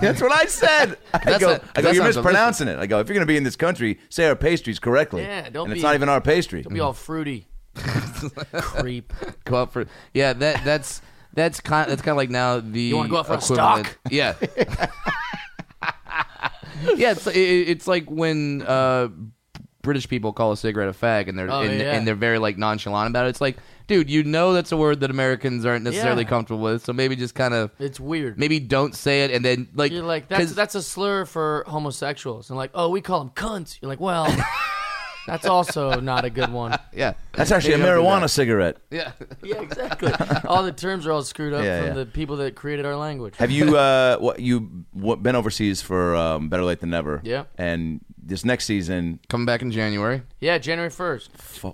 that's what I said. I
That's
go,
a-
I go,
that
you're
sounds
mispronouncing it. I go, if you're gonna be in this country, say our pastries correctly.
Yeah, don't
and it's
be-
not even our pastry.
Be all fruity. Creep.
go out for yeah. That that's that's kind that's kind of like now the you
wanna go out for a stalk?
Yeah. yeah, it's, it, it's like when uh, British people call a cigarette a fag, and they're
Oh,
and,
yeah.
and they're very like nonchalant about it. It's like, dude, you know that's a word that Americans aren't necessarily
Yeah.
comfortable with, so maybe just kind of
It's weird.
maybe don't say it, and then like
You're like that's
'cause-
that's a slur for homosexuals, and like oh we call them cunts. You're like well, that's also not a good one.
yeah
That's actually a
Maybe don't do
marijuana cigarette.
yeah
Yeah, exactly. all the terms are all screwed up
Yeah,
from
yeah.
the people that created our language.
Have you uh, what you what, been overseas for um, better late than never?
Yeah.
And this next season,
coming back in January
yeah, January first.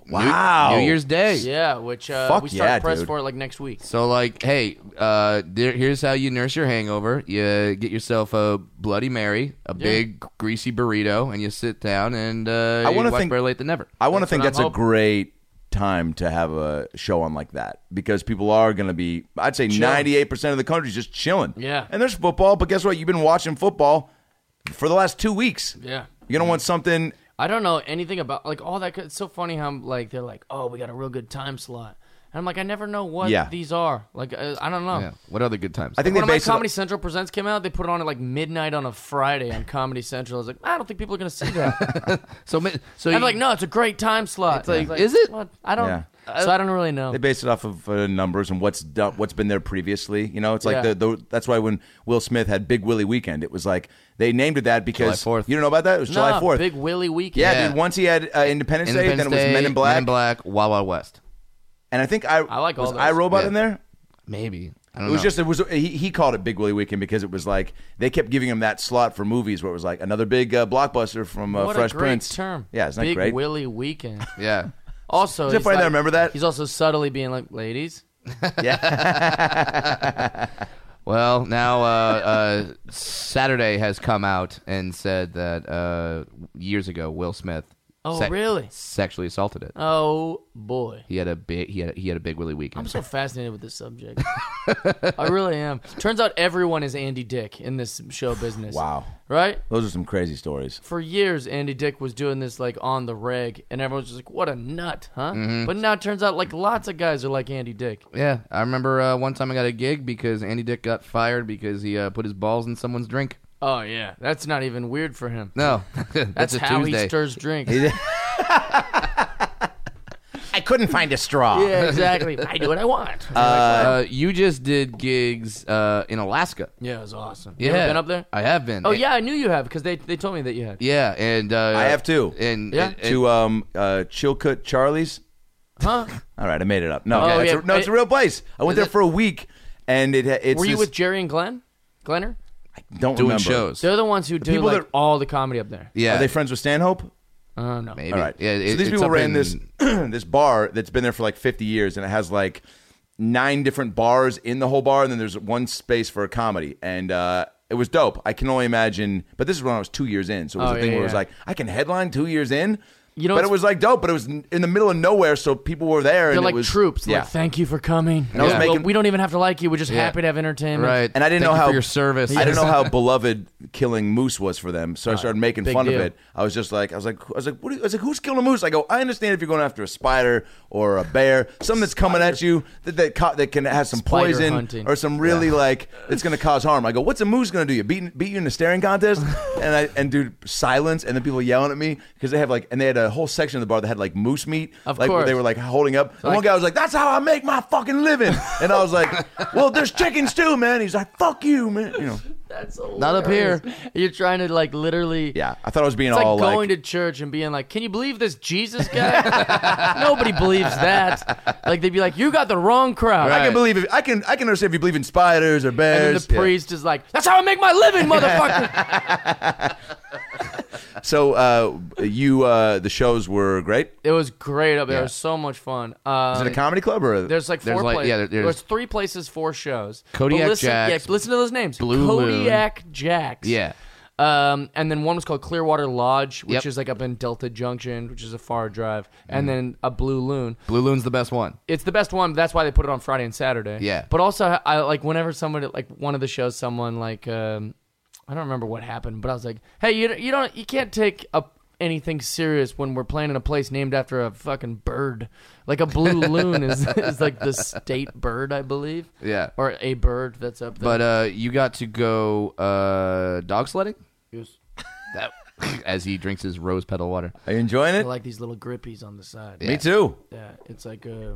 wow,
New Year's Day
Yeah, which uh,
Fuck
we start
yeah,
press
dude.
for it like next week.
So like, hey, uh, there, here's how you nurse your hangover. You get yourself a Bloody Mary, a big greasy burrito, and you sit down and uh,
I
you
wanna
watch
think-
Better Late Than Never.
I want to
That's
think
what
that's
I'm
a
hoping.
great time to have a show on like that because people are going to be, I'd say, ninety-eight percent of the country's just chilling.
Yeah.
and there's football, but guess what? You've been watching football for the last two weeks.
Yeah.
you're gonna want something.
I don't know anything about like all that. It's so funny how like they're like oh we got a real good time slot, and I'm like I never know what
Yeah.
these are. Like uh, I don't know.
Yeah. What other good times?
I think
One
they
of my
base it-
Comedy Central presents came out. They put it on at like midnight on a Friday on Comedy Central. I was like, I don't think people are gonna see that.
so. mi- So
I'm
you-
like, no, it's a great time slot.
like,
It's
is it?
what? I don't.
Yeah.
So I don't really know.
They base it off of uh, numbers and what's done, what's been there previously. You know, it's like
Yeah.
the, the that's why when Will Smith had Big Willie Weekend, it was like they named it that because
4th.
you don't know about that. It was July
Nah,
Fourth.
Big Willie weekend.
yeah,
Yeah.
dude. Once he had uh, Independence, Day, then it
Independence
was
Day,
Men in Black,
Men in Black, Wild Wild West.
and I think I,
like all
was
those.
I Robot
Yeah.
in there.
Maybe I don't
It was
know.
just it was he, he called it Big Willie Weekend because it was like they kept giving him that slot for movies where it was like another big uh, blockbuster from uh,
what
Fresh
a great
Prince.
term.
Yeah, isn't
Big
that great?
Willie weekend.
yeah.
Also,
Is it
he's
funny that I
like-
remember that?
He's also subtly being like, "Ladies,
Well, now uh, uh, Saturday has come out and said that uh, years ago Will Smith.
Oh, really?
Sexually assaulted it.
oh boy."
He had a big. He had. A, he had a big Willy weekend.
I'm so fascinated with this subject. I really am. Turns out everyone is Andy Dick in this show business.
Wow.
Right?
Those are some crazy stories.
For years, Andy Dick was doing this like on the reg, and everyone's just like, "What a nut, huh?" But now it turns out like lots of guys are like Andy Dick.
Yeah, I remember uh, one time I got a gig because Andy Dick got fired because he uh, put his balls in someone's drink.
Oh yeah, that's not even weird for him.
No, that's,
That's
a
how
Tuesday.
he stirs drinks.
I couldn't find a straw.
yeah, exactly. I do what I want.
uh, you just did gigs uh, in Alaska.
yeah, it was awesome.
Yeah,
You ever been up there?
I have been.
Oh yeah, I knew you have because they they told me that you had.
yeah, and uh,
I have too.
And
Yeah.
and- and-
To um uh Chilcutt Charlie's.
Huh?
All right, I made it up. No,
Okay.
it's
Oh, yeah.
a, no, it's a real place. I went there for a week, and it it's
Were you
this-
with Jerry and Glenn? Glenner?
don't
doing
remember.
shows.
They're the ones who do
people
like
that-
all the comedy up there.
Yeah,
Are they friends with Stanhope?
Oh no.
maybe.
All right.
Yeah, it-
so these
it's
people
up
ran
in-
this this bar that's been there for like 50 years, and it has like nine different bars in the whole bar, and then there's one space for a comedy, and uh, it was dope. I can only imagine. But this is when I was two years in, so it was
Oh,
a thing
yeah,
where it was
yeah.
like I can headline two years in.
You know
but it
what's-
was like dope, but it was n- in the middle of nowhere, so people were there.
They're
and
like
it was,
troops.
Yeah,
Like, thank you for coming.
I was
Well,
making-
we don't even have to like you. We're just
Yeah.
happy to have entertainment.
Right.
and I didn't
Thank
know
you
how
for your service.
I didn't know how beloved killing moose was for them, so I started making
big
fun
deal.
of it. I was just like, I was like, I was like, what are you, I was like, who's killing a moose? I go, I understand if you're going after a spider or a bear, something that's coming at you that that, ca- that can have some
Spider
poison
hunting.
or some really like that's going to cause harm. I go, what's a moose going to do? You beat beat you in a staring contest? and I and dude, silence, and then people yelling at me because they have like, and they had a whole section of the bar that had like moose meat,
Of
like where
course.
they were like holding up. And one guy was like, that's how I make my fucking living, and I was like, well, there's chickens too, man. He's like, fuck you, man. You know.
That's Not up here.
hilarious.
You're trying to like literally.
Yeah, I thought I was being
It's like
all like,
going to church and being like, "Can you believe this Jesus guy? Nobody believes that." Like they'd be like, "You got the wrong crowd."
I can believe if I can I can understand if you believe in spiders or
And then
bears.
the priest is like, "That's how I make my living, motherfucker."
Yeah. So uh, you uh, the shows were great.
it was great up there. It
Yeah.
was so much fun. Um,
Is it a comedy club or a,
There's like four
There's like-
places.
yeah, there- there's-
there's three places, four shows.
Kodiak
But listen,
Jacks,
Yeah, listen to those names.
Blue Moon.
Kodiak Jacks.
Yeah.
Um, and then one was called Clearwater Lodge, which
Yep. Mm.
is like up in Delta Junction, which is a far drive, and then a Blue Loon.
Blue Loon's the best one.
It's the best one. That's why they put it on Friday and Saturday.
Yeah.
But also, I like whenever somebody like one of the shows, someone like um, I don't remember what happened, but I was like, hey, you you don't you can't take a anything serious when we're playing in a place named after a fucking bird like a blue loon is, is like the state bird i believe
Yeah.
or a bird that's up there
But uh, you got to go uh, dog sledding. That, as he drinks his rose petal water.
Are you enjoying
I
it?
like these little grippies on the side
Me too.
Yeah, it's like I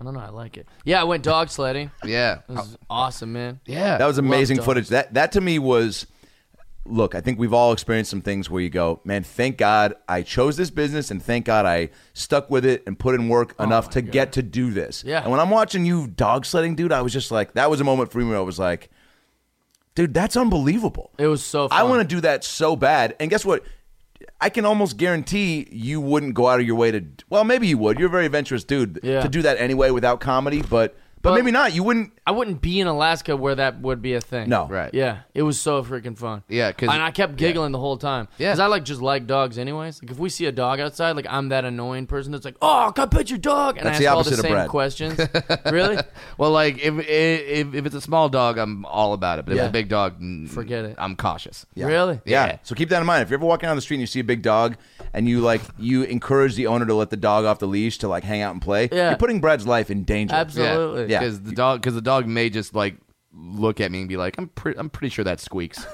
I don't know. I like it. Yeah, I went dog sledding.
Yeah.
It was awesome, man.
Oh. Yeah.
That was amazing
done.
footage. That that to me was look, I think we've all experienced some things where you go, man, thank God I chose this business and thank God I stuck with it and put in work enough to get to do this.
Oh Yeah.
And when I'm watching you dog sledding, dude, I was just like, that was a moment for me where I was like, dude, that's unbelievable.
It was so. Fun.
I want to do that so bad. And guess what? I can almost guarantee you wouldn't go out of your way to. Well, maybe you would. You're a very adventurous dude
Yeah.
to do that anyway without comedy, but but maybe not. You wouldn't.
I wouldn't be in Alaska where that would be a thing.
No.
Right.
Yeah, it was so freaking fun.
Yeah, 'cause-
and I kept giggling the whole time.
Yeah.
because I like just like dogs anyways. Like if we see a dog outside, like I'm that annoying person that's like, oh, can I pet your dog? And
That's
I
the
ask all the
opposite of
same
Brad.
questions. really?
Well, like if if if it's a small dog, I'm all about it. But if
Yeah.
it's a big dog, mm,
Forget it.
I'm cautious.
Yeah.
Really?
Yeah.
Yeah.
So keep that in mind. If you're ever walking down the street and you see a big dog and you like you encourage the owner to let the dog off the leash to like hang out and play,
Yeah.
you're putting Brad's life in danger.
Absolutely.
Yeah.
Because the dog, because the dog may just like look at me and be like, I'm pretty, I'm pretty sure that squeaks.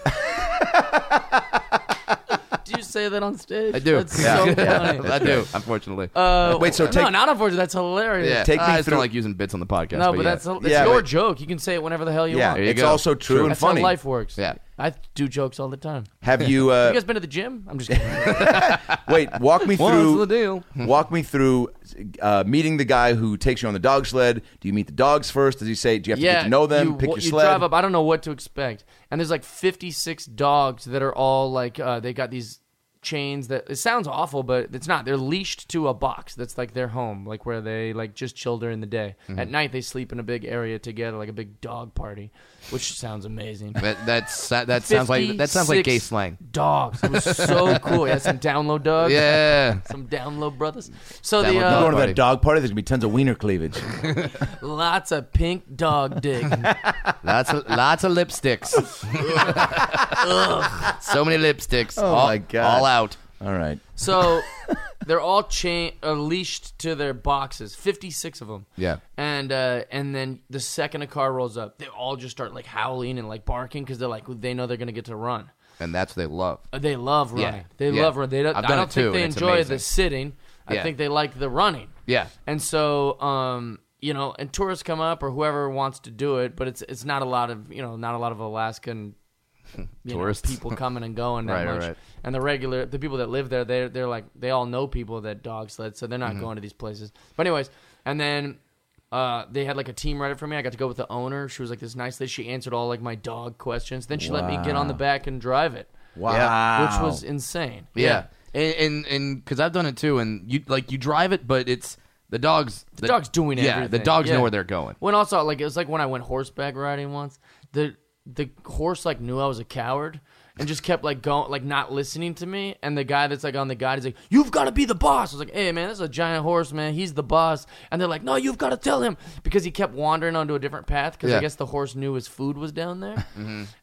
Do you say that on stage?
I do.
That's
Yeah.
so
Yeah.
funny.
I do. Unfortunately.
Uh,
Wait, so
no,
take-
not unfortunately. That's hilarious.
yeah.
take me
I just
through-
don't like using bits on the podcast.
No, but
yeah.
that's, that's
Yeah,
your
but-
joke. You can say it whenever the hell you
Yeah.
want.
you
It's
go.
also true
True.
and
That's
funny.
how life works.
yeah.
I do jokes all the time.
Have you?
You
Uh,
guys been to the gym? I'm just kidding.
wait, walk me
What's
through.
the deal?
walk me through uh, meeting the guy who takes you on the dog sled. Do you meet the dogs first? Does he say? Do you have to get to know them?
You,
pick
wa-
your
you
sled.
drive up. I don't know what to expect. And there's like 56 dogs that are all like uh, they got these chains that it sounds awful, but it's not. They're leashed to a box that's like their home, like where they like just chill during the day.
Mm-hmm.
At night they sleep in a big area together, like a big dog party, which sounds amazing.
That that's that sounds like that sounds like gay
56
slang.
Dogs. It was so cool. It had some down low dogs.
Yeah.
Some down low brothers. So
Down
the
You
low
uh,
going to
Buddy.
that dog party? There's gonna be tons of wiener cleavage.
lots of pink dog dick.
Lots of lots of lipsticks. so many lipsticks. Oh all,
my God.
All out.
All right.
So they're all chain uh, leashed to their boxes, fifty six of them.
Yeah.
And uh, and then the second a car rolls up, they all just start like howling and like barking because they're like they know they're gonna get to run.
And that's what they love.
Uh, They love
Yeah.
running. They
Yeah.
love running. They don't,
I've
I
done
don't
it
think
too,
they
and it's
enjoy
amazing.
the sitting.
Yeah.
I think they like the running.
Yeah.
And so, um, you know, and tourists come up or whoever wants to do it, but it's it's not a lot of you know not a lot of Alaskan you know,
Tourists.
people coming and going that
Right, right,
much.
right.
And the regular the people that live there, they're they're like they all know people that dog sled, so they're
Mm-hmm.
not going to these places. But anyways, and then. Uh, they had like a team rider for me. I got to go with the owner. She was like this nice lady. She answered all like my dog questions. Then she let me get on the back and drive it. Wow, which was insane.
Yeah. And and and because I've done it too, and you like you drive it, but it's the dogs. The,
dog's doing
yeah,
everything.
the dogs
Yeah.
know where they're going.
When also like it was like when I went horseback riding once, the the horse like knew I was a coward and just kept like going like not listening to me. And the guy that's like on the guide is like, "You've got to be the boss." I was like, "Hey man, this is a giant horse, man. He's the boss." And they're like, "No, you've got to tell him," because he kept wandering onto a different path because
Yeah. Mm-hmm.
I guess the horse knew his food was down there.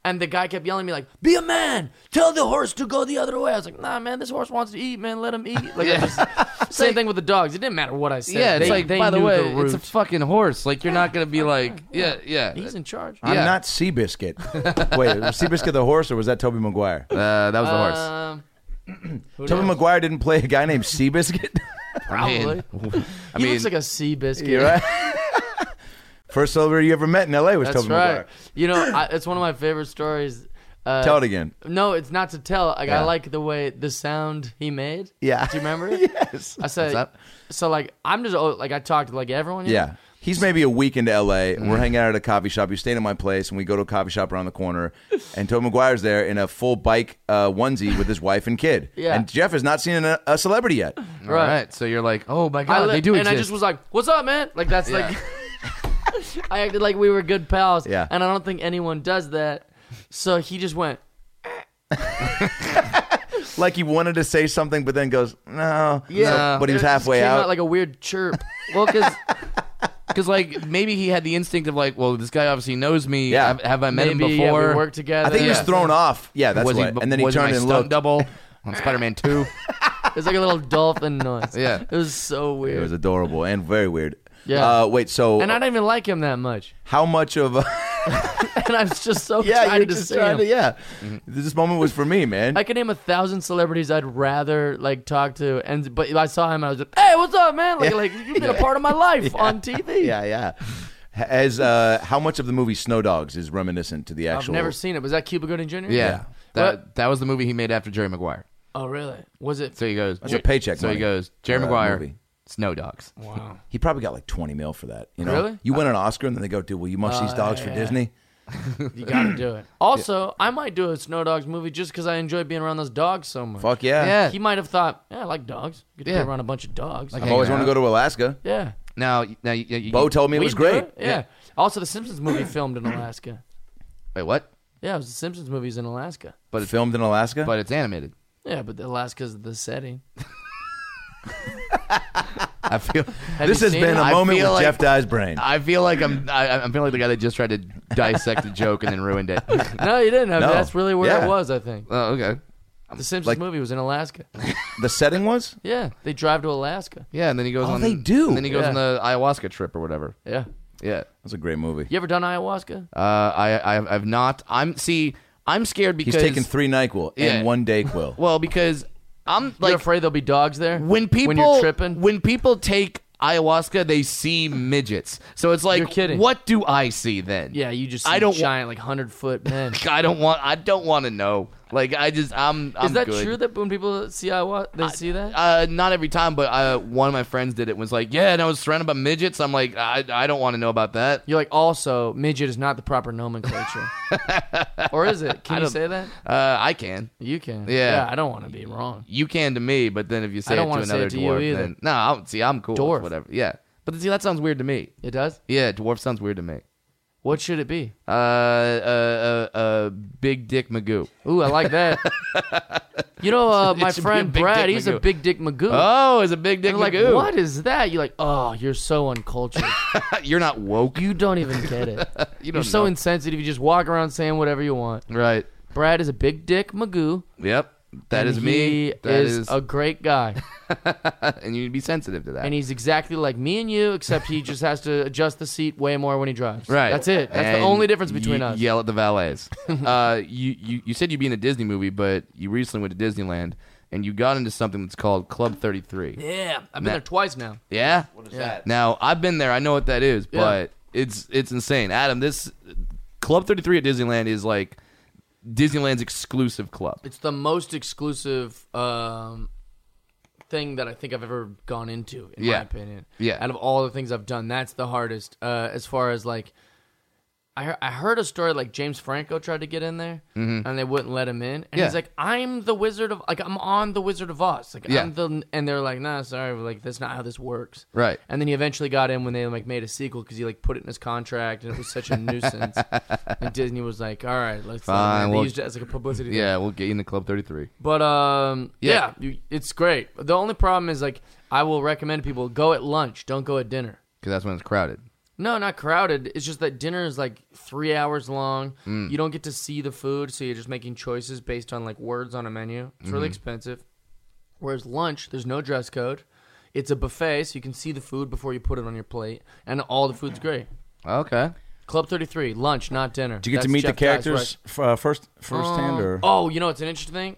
And the guy kept yelling at me like, "Be a man! Tell the horse to go the other way." I was like, "Nah, man, this horse wants to eat, man. Let him eat." Like, I just, same thing with the dogs. It didn't matter what I said.
Yeah, it's
They-
like
they
by the
knew
way, it's a
route. Uh,
fucking horse. Like you're not gonna be like yeah yeah.
He's in charge.
I'm
Yeah.
not Seabiscuit. Wait, was Seabiscuit the horse or was that Toby Maguire?
Uh, that was the horse.
Um,
Toby Maguire didn't play a guy named Seabiscuit.
Brian.
he looks like a sea biscuit.
You're right. First celebrity you ever met in LA was
That's
Toby
right.
Maguire.
You know, I, it's one of my favorite stories. Uh,
Tell it again.
No, it's not to tell. Like,
Yeah.
I like the way the sound he made.
Yeah.
Do you remember it?
yes.
I said.
What's up?
So like, I'm just oh, like I talked to like everyone. here.
Yeah. He's maybe a week into LA,
Mm-hmm.
and we're hanging out at a coffee shop. You're staying at my place, and we go to a coffee shop around the corner, and Toby Maguire's there in a full bike uh, onesie with his wife and kid.
Yeah.
And Jeff has not seen a, a celebrity yet.
All right. so you're like, oh my
I
god,
li-
they do
and
exist.
I just was like, "What's up, man?" Like that's like. I acted like we were good pals.
Yeah.
And I don't think anyone does that. So he just went.
Like he wanted to say something, but then goes, no.
Yeah.
No. But he was
It just
halfway
came
out.
like a weird chirp.
well, because. Because like maybe he had the instinct of like, well, this guy obviously knows me.
Yeah.
Have, have I met
Maybe
him
yeah,
before?
we worked together.
I think he was
Yeah.
thrown off. Yeah, that's
was
what.
he?
and then he
was
turned
my
and
stunt
looked.
double on Spider-Man Two.
It's like a little dolphin noise.
Yeah.
It was so
It
weird.
was adorable and very weird.
Yeah.
Uh, wait. So
and I don't even like him that much.
how much of?
And I'm just so
yeah, you're
excited to
just
see
trying
him. Mm-hmm.
to. Yeah. This moment was for me, man.
I could name a thousand celebrities I'd rather like talk to, and but I saw him and I was like, "Hey, what's up, man? Like, like you've been a part of my life on TV."
yeah, yeah. As uh, how much of the movie Snow Dogs is reminiscent to the
I've
actual?
never seen it. Was that Cuba Gooding Jr.?
Yeah, that that was the movie he made after Jerry Maguire.
Oh, really? Was it?
So he goes.
That's a paycheck
So
money
he goes. Jerry
for that
Maguire.
movie.
Snow Dogs.
wow.
He probably got like twenty mil for that. You know,
Really? Uh,
you win an Oscar and then they go, "Dude, will you munch these dogs for Disney?"
You got to do it. Also, I might do a Snow Dogs movie just because I enjoy being around those dogs so much.
Fuck yeah!
Yeah.
He might have thought, "Yeah, I like dogs. Get to be
Yeah.
around a bunch of dogs."
I've always wanted to go to Alaska.
yeah.
Now, now you, you,
Bo told me it
We
was
can do
great.
Yeah. Also, the Simpsons movie filmed in Alaska.
wait what?
Yeah, it was the Simpsons movies in Alaska.
But it filmed in Alaska.
But it's animated.
Yeah, but Alaska's the setting.
I feel.
Have
this
you
has
seen
been
it?
a
I
moment with
feel like-
Jeff Dye's brain.
I feel like I'm. I, I'm feeling like the guy that just tried to dissect a joke and then ruined it.
No, you didn't. I mean,
No.
That's really where
Yeah.
it was. I think
Oh, okay.
the Simpsons
Like-
movie was in Alaska.
the setting was.
Yeah, they drive to Alaska.
Yeah, and then he goes
Oh,
on.
they do.
And then he goes
Yeah.
on the ayahuasca trip or whatever.
Yeah.
Yeah.
That's a great movie.
You ever done ayahuasca?
Uh, I, I I've not. I'm see. I'm scared
He's
because
taking three Nyquil
Yeah.
and one Dayquil.
Well, because I'm
You're
like
afraid there'll be dogs there
when people
when you're tripping.
when people take ayahuasca, they see midgets. So it's like,
You're kidding.
what do I see then?
Yeah, you just
I
I
don't
don't
wa-
giant like hundred foot men.
I don't want. I don't want to know. Like I just, I'm. I'm
Is that
good.
true that when people see ayahuasca, they see that?
Uh, not every time, but uh, one of my friends did it. and Was like, yeah, and I was surrounded by midgets. I'm like, I, I don't want to know about that.
You're like, also, midget is not the proper nomenclature. or is it? Can you
don't-
say that?
Uh, I can.
You can.
Yeah.
I don't want to be wrong.
You can to me, but then if you say
I
it
don't
to
wanna
another
say it to you
dwarf,
either.
then no, I don't, see, I'm cool. with
Dwarf.
whatever. Yeah, but see, that sounds weird to me.
It does?
Yeah, dwarf sounds weird to me.
What should it be?
Uh, uh, uh, uh big dick Magoo.
Uh, Ooh, I like that. you know, uh, my
should be a
friend
big
Brad,
dick
he's a
Magoo.
big dick magoo.
Oh, it's a big dick
You're like,
Magoo.
what is that? You're like, oh, you're so uncultured.
You're not woke.
you don't even get it.
You
You're
don't
so
know.
insensitive. You just walk around saying whatever you want.
right.
Brad is a big dick magoo.
Yep. That
and
is
He
me. That
is,
is,
a great guy,
and you need to be sensitive to that.
and he's exactly like me and you, except he just has to adjust the seat way more when he drives.
Right.
That's it. That's
And
the only difference between
you
us.
Yell at the valets. uh, you, you you said you'd be in a Disney movie, but you recently went to Disneyland and you got into something that's called Club Thirty Three.
Yeah, I've been
Nah.
there twice now.
Yeah. What is that? Now I've been there. I know what that is,
Yeah.
but it's it's insane. Adam, this Club Thirty Three at Disneyland is like Disneyland's exclusive club.
It's the most exclusive um, thing that I think I've ever gone into, in
Yeah.
my opinion.
Yeah.
Out of all the things I've done, that's the hardest. Uh, as far as like, I heard, I heard a story like James Franco tried to get in there, and they wouldn't let him in, and
Mm-hmm. Yeah.
he's like, "I'm the Wizard of like I'm on the Wizard of Oz, like
Yeah.
I'm the," and they're like, "Nah, sorry, like that's not how this works."
Right.
And then he eventually got in when they like made a sequel because he like put it in his contract, and it was such a nuisance. and Disney was like, "All right, let's." let him
Fine,
in." They
we'll-
used it as like a publicity. thing.
Yeah, we'll get you in the Club Thirty Three.
But um,
Yeah.
yeah, you, it's great. The only problem is like I will recommend people go at lunch, don't go at dinner.
Because that's when it's crowded.
No, not crowded. It's just that dinner is like three hours long.
Mm.
You don't get to see the food, so you're just making choices based on like words on a menu. It's
Mm-hmm.
really expensive. Whereas lunch, there's no dress code. It's a buffet, so you can see the food before you put it on your plate, and all the food's great.
Okay.
Club 33, lunch, not dinner.
Do you get to
That's
meet
Jeff
the
Dye's
characters f- uh, first firsthand, or
Oh, you know it's an interesting thing.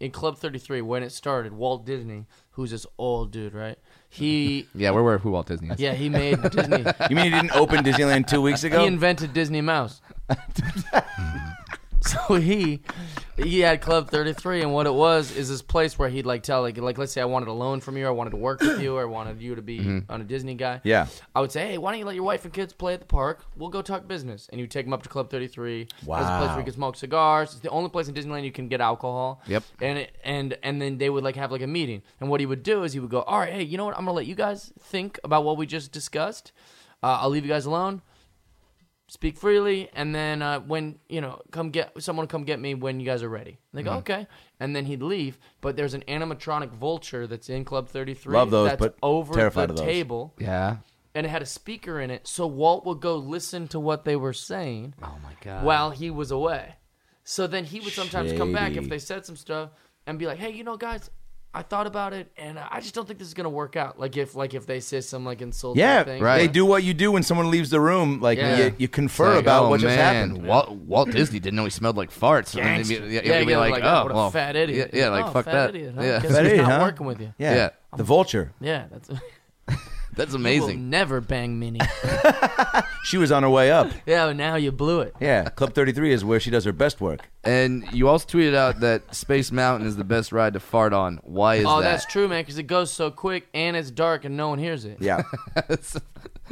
In Club 33, when it started, Walt Disney, who's this old dude, right? He,
Yeah, we're aware of who Walt Disney is.
yeah, he made Disney.
you mean he didn't open Disneyland two weeks ago?
He invented Disney Mouse. so he, he had Club 33, and what it was is this place where he'd like tell, like, like let's say I wanted a loan from you, or I wanted to work with you, or I wanted you to be on a Disney guy.
yeah,
I would say, hey, why don't you let your wife and kids play at the park? We'll go talk business. And you take them up to Club 33. Wow. It's a place where you can smoke cigars. It's the only place in Disneyland you can get alcohol.
Yep.
And it, and and then they would like have like a meeting. And what he would do is he would go, all right, hey, you know what? I'm gonna let you guys think about what we just discussed. Uh, I'll leave you guys alone. Speak freely, and then uh, when you know, come get someone. Come get me when you guys are ready. And they
Mm-hmm.
go okay, and then he'd leave. But there's an animatronic vulture that's in Club 33.
Love those,
that's
but
over
terrified
the
of those.
table
Yeah.
and it had a speaker in it, so Walt would go listen to what they were saying. Oh my god! While he was away, so then he would sometimes come back if
Shady.
they said some stuff and be like, "Hey, you know, guys, I thought about it, and I just don't think this is gonna work out." Like if like if they say some like insulting
yeah,
thing,
right.
They do what you do when someone leaves the room. Like
Yeah.
you, you confer
Like,
about
oh,
what just
man,
happened.
Walt, Walt Disney didn't know he smelled like farts. And then he'd be, yeah,
Yeah,
he'd be
yeah,
like,
like,
oh,
what a
well,
fat idiot.
Yeah, yeah, like
Oh,
fuck
fat
that.
idiot, huh?
Yeah,
Guess-
That
He's
is,
not
huh?
working with you.
Yeah.
Yeah.
the vulture.
yeah, that's
that's
will
amazing.
never bang Minnie.
She was on her way up.
yeah, well, now you blew it.
Yeah, Club Thirty Three is where she does her best work.
And you also tweeted out that Space Mountain is the best ride to fart on. Why is
oh,
that?
that's true, man, because it goes so quick and it's dark and no one hears it.
Yeah,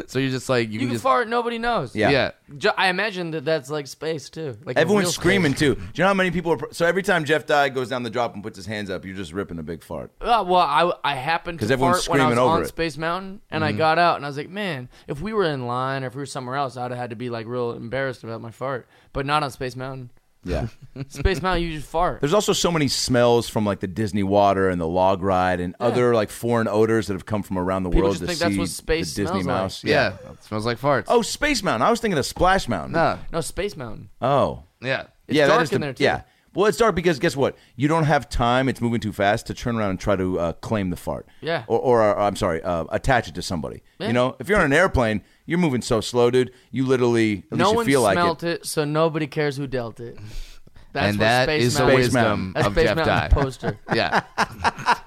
so you're just like you,
You
can
can
just
fart, nobody knows.
Yeah.
yeah.
Ju- I imagine that that's like space too. Like
everyone's
real
screaming
Space.
too. Do you know how many people are? pr- So every time Jeff Dye goes down the drop and puts his hands up, you're just ripping a big fart.
Uh, well, I I happened to
'Cause everyone's
fart when I was
screaming over
on
it. Mm-hmm.
Space Mountain, and I got out, and I was like, man, if we were in line or if we were somewhere else, I'd have had to be like real embarrassed about my fart, but not on Space Mountain.
Yeah.
Space Mountain, you just fart.
There's also so many smells from like the Disney water and the log ride and other like foreign odors that have come from around the
People
world
just
to
think
see
that's what space
the Disney
smells like.
mouse.
yeah, It smells like farts.
Oh, Space Mountain. I was thinking of Splash Mountain.
no,
no, Space Mountain.
Oh.
yeah,
yeah,
dark
that is
in
the-
there, too.
Yeah. Well, it's dark because guess what? You don't have time. It's moving too fast to turn around and try to uh, claim the fart.
Yeah.
Or, or uh, I'm sorry, uh, attach it to somebody.
Yeah.
You know, if you're on an airplane, you're moving so slow, dude. You literally at
no
least you
one
feel like
smelt it. so nobody cares who dealt it. That's
and
what
that
Space
is the
Mountain.
wisdom
Mountain.
That's
of
Space
Jeff
Mountain's
Dye.
poster.
yeah,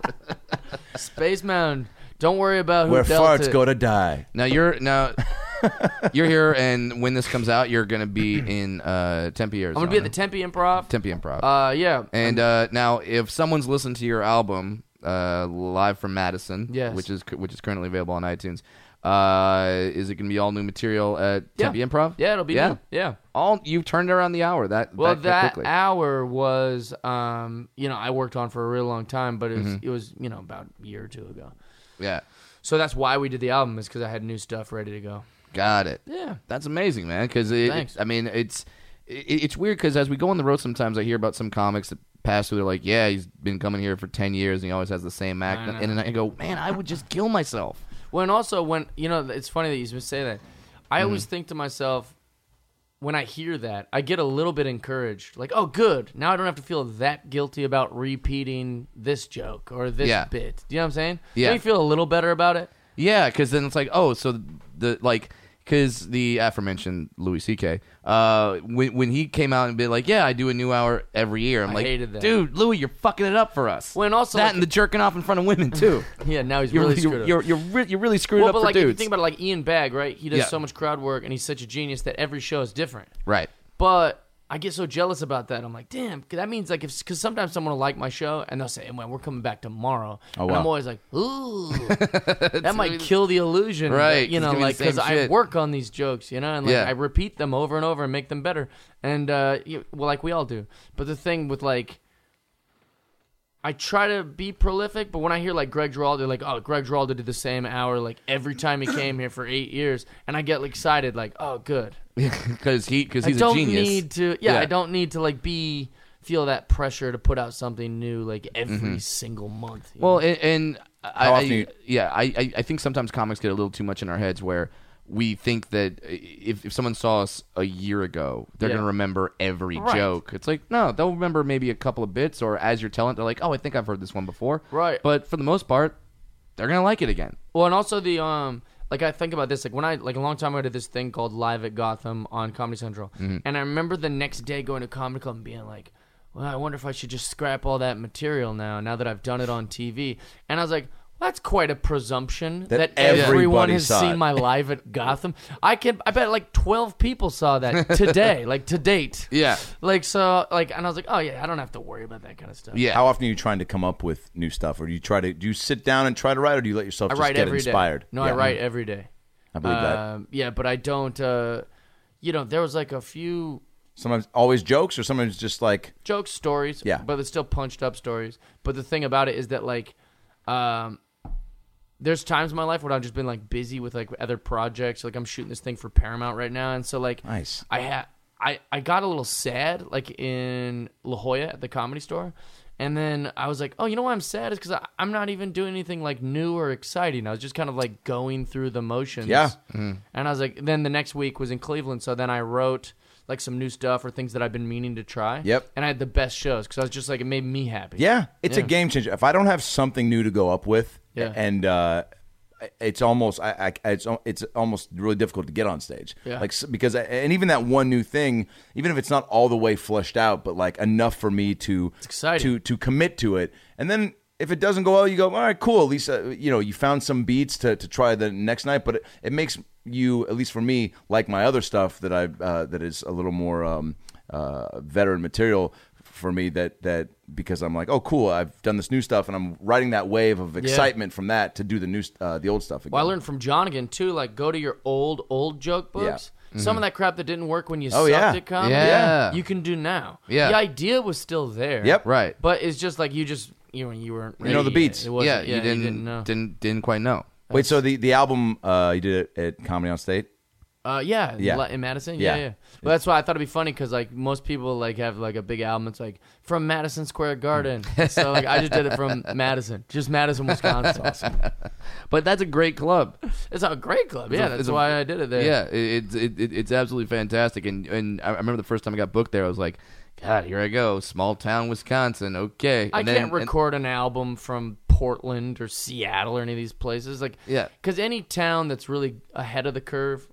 Space Mountain Don't worry about who
where
dealt
farts
it.
go to die.
Now you're now you're here, and when this comes out, you're gonna be in uh, Tempe, Arizona.
I'm gonna be at the Tempe Improv.
Tempe Improv.
Uh, yeah.
and uh, now, if someone's listened to your album uh, live from Madison,
Yes.
which is which is currently available on iTunes, uh, is it gonna be all new material at
yeah.
Tempe Improv?
Yeah, it'll be
yeah.
new. Yeah.
All you've turned around the hour that
Well,
that,
that
quickly.
hour was, um, you know, I worked on for a real long time, but it was,
Mm-hmm.
it was, you know, about a year or two ago.
yeah,
So that's why we did the album is because I had new stuff ready to go.
got it.
Yeah.
That's amazing, man. Because
Thanks.
I mean, it's it, it's weird because as we go on the road, sometimes I hear about some comics that pass through. They're like, "Yeah, he's been coming here for ten years, and he always has the same act."
know.
And, then I go, "Man, I would just kill myself."
Well, and also when you know, it's funny that you say that. I
Mm.
always think to myself when I hear that, I get a little bit encouraged. Like, oh, good, now I don't have to feel that guilty about repeating this joke or this
Yeah.
bit. Do you know what I'm saying?
Yeah.
Don't you feel a little better about it?
Yeah, because then it's like, oh, so the like. Because the aforementioned Louis C.K. Uh, when when he came out and be like, "Yeah, I do a new hour every year," I'm
I
like,
hated that.
"Dude, Louis, you're fucking it up for us."
Well, and also,
that
like-
and the jerking off in front of women too.
Yeah. Now he's
you're you're
really screwed up.
you're, you're, re- you're really screwed
well,
up
but
for
like if you
dudes.
think about it, like Ian Bag, right? He does
Yeah.
so much crowd work, and he's such a genius that every show is different.
right.
But I get so jealous about that. I'm like, damn, 'cause that means like if because sometimes someone will like my show and they'll say, "Man, we're coming back tomorrow."
Oh,
and
wow.
I'm always like, ooh, that might kill the illusion, that,
Right,
You
it's
know,
gonna be the
like because
same
I
shit.
work on these jokes, you know, and like
Yeah.
I repeat them over and over and make them better. And uh, you, well, like we all do. But the thing with like. I try to be prolific, but when I hear like Greg Giraldo, like oh Greg Giraldo did the same hour like every time he came here for eight years, and I get excited like oh good,
because he because
I
he's
don't
a genius.
need to. Yeah,
Yeah.
I don't need to like be feel that pressure to put out something new like every
Mm-hmm.
single month. you
Well,
know?
and, and I,
How
I-
often you-
yeah, I, I I think sometimes comics get a little too much in our heads where we think that if, if someone saw us a year ago, they're
Yeah.
gonna remember every
Right.
joke. It's like no, they'll remember maybe a couple of bits, or as you're telling, it, they're like, oh, I think I've heard this one before.
Right.
But for the most part, they're gonna like it again.
well, and also the um, like I think about this like when I like a long time ago I did this thing called Live at Gotham on Comedy Central,
Mm-hmm.
and I remember the next day going to Comedy Club and being like. Well, I wonder if I should just scrap all that material now, now that I've done it on TV. And I was like, well, that's quite a presumption that, everyone
everybody
has
saw
seen
it.
my live at Gotham. I can, I bet like twelve people saw that today, like to date.
Yeah.
Like so, like, and I was like, oh yeah, I don't have to worry about that kind of stuff.
Yeah.
How often are you trying to come up with new stuff, or do you try to do you sit down and try to write, or do you let yourself
I
just
write
get
every day.
inspired?
No,
Yeah.
I write every day.
I believe that.
Um, yeah, but I don't. Uh, you know, there was like a few
Sometimes always jokes, or sometimes just like
joke stories.
Yeah.
but it's still punched up stories. But the thing about it is that like, um, there's times in my life where I've just been like busy with like other projects. Like I'm shooting this thing for Paramount right now, and so like,
Nice.
I had I I got a little sad like in La Jolla at the Comedy Store, and then I was like, oh, you know why I'm sad is because I'm not even doing anything like new or exciting. I was just kind of like going through the motions.
Yeah.
And I was like, then the next week was in Cleveland, so then I wrote like some new stuff or things that I've been meaning to try.
Yep.
And I had the best shows because I was just like, it made me happy.
Yeah, it's
Yeah.
a game changer. If I don't have something new to go up with,
Yeah.
and uh, it's almost I, I it's al- it's almost really difficult to get on stage.
Yeah.
Like s- because I, and even that one new thing, even if it's not all the way fleshed out, but like enough for me to
exciting.
to to commit to it, and then. If it doesn't go well, you go, all right, cool. At least, uh, you know, you found some beats to, to try the next night, but it, it makes you, at least for me, like my other stuff that I, uh, that is a little more, um, uh, veteran material for me that that because I'm like, oh, cool, I've done this new stuff, and I'm riding that wave of excitement from that to do the new, st- uh, the old stuff again.
Well, I learned from Jonigan too. Like, go to your old old joke books. Some of that crap that didn't work when you
Oh,
sucked
yeah.
at comedy,
Yeah.
you can do now.
Yeah.
the idea was still there.
Yep.
Right.
But it's just like you just you know you weren't ready
know the
yet.
beats.
It wasn't,
yeah, you didn't
know.
didn't didn't quite know.
Wait, so the the album uh, you did it at Comedy on State?
Uh, yeah,
Yeah.
yeah, in Madison. Yeah,
Yeah.
yeah. But that's why I thought it'd be funny because like most people like have like a big album. It's like from Madison Square Garden. so like I just did it from Madison, just Madison, Wisconsin.
But that's a great club.
It's a great club. Yeah,
a- it's
that's
a-
why I did it there.
Yeah, it, it, it, it's absolutely fantastic. And and I remember the first time I got booked there, I was like, God, here I go, small town Wisconsin. Okay,
I
And then-
can't
and-
record an album from Portland or Seattle or any of these places. Like,
Yeah. Mm-hmm.
because any town that's really ahead of the curve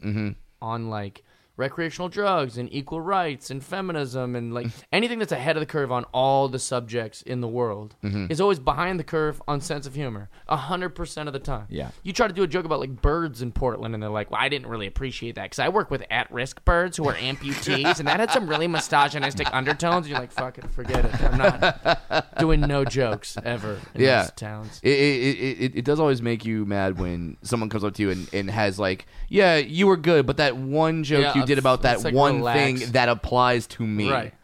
on like recreational drugs and equal rights and feminism and like anything that's ahead of the curve on all the subjects in the world
Mm-hmm.
is always behind the curve on sense of humor 100% of the time
Yeah.
you try to do a joke about like birds in portland and they're like well i didn't really appreciate that because i work with at-risk birds who are amputees and that had some really misogynistic undertones and you're like fuck it forget it i'm not doing no jokes ever in
yeah.
these towns
It, it, it, it, it does always make you mad when someone comes up to you and, and has like, yeah, you were good, but that one joke
Yeah,
you did about that
it's like
one
relax.
thing that applies to me.
right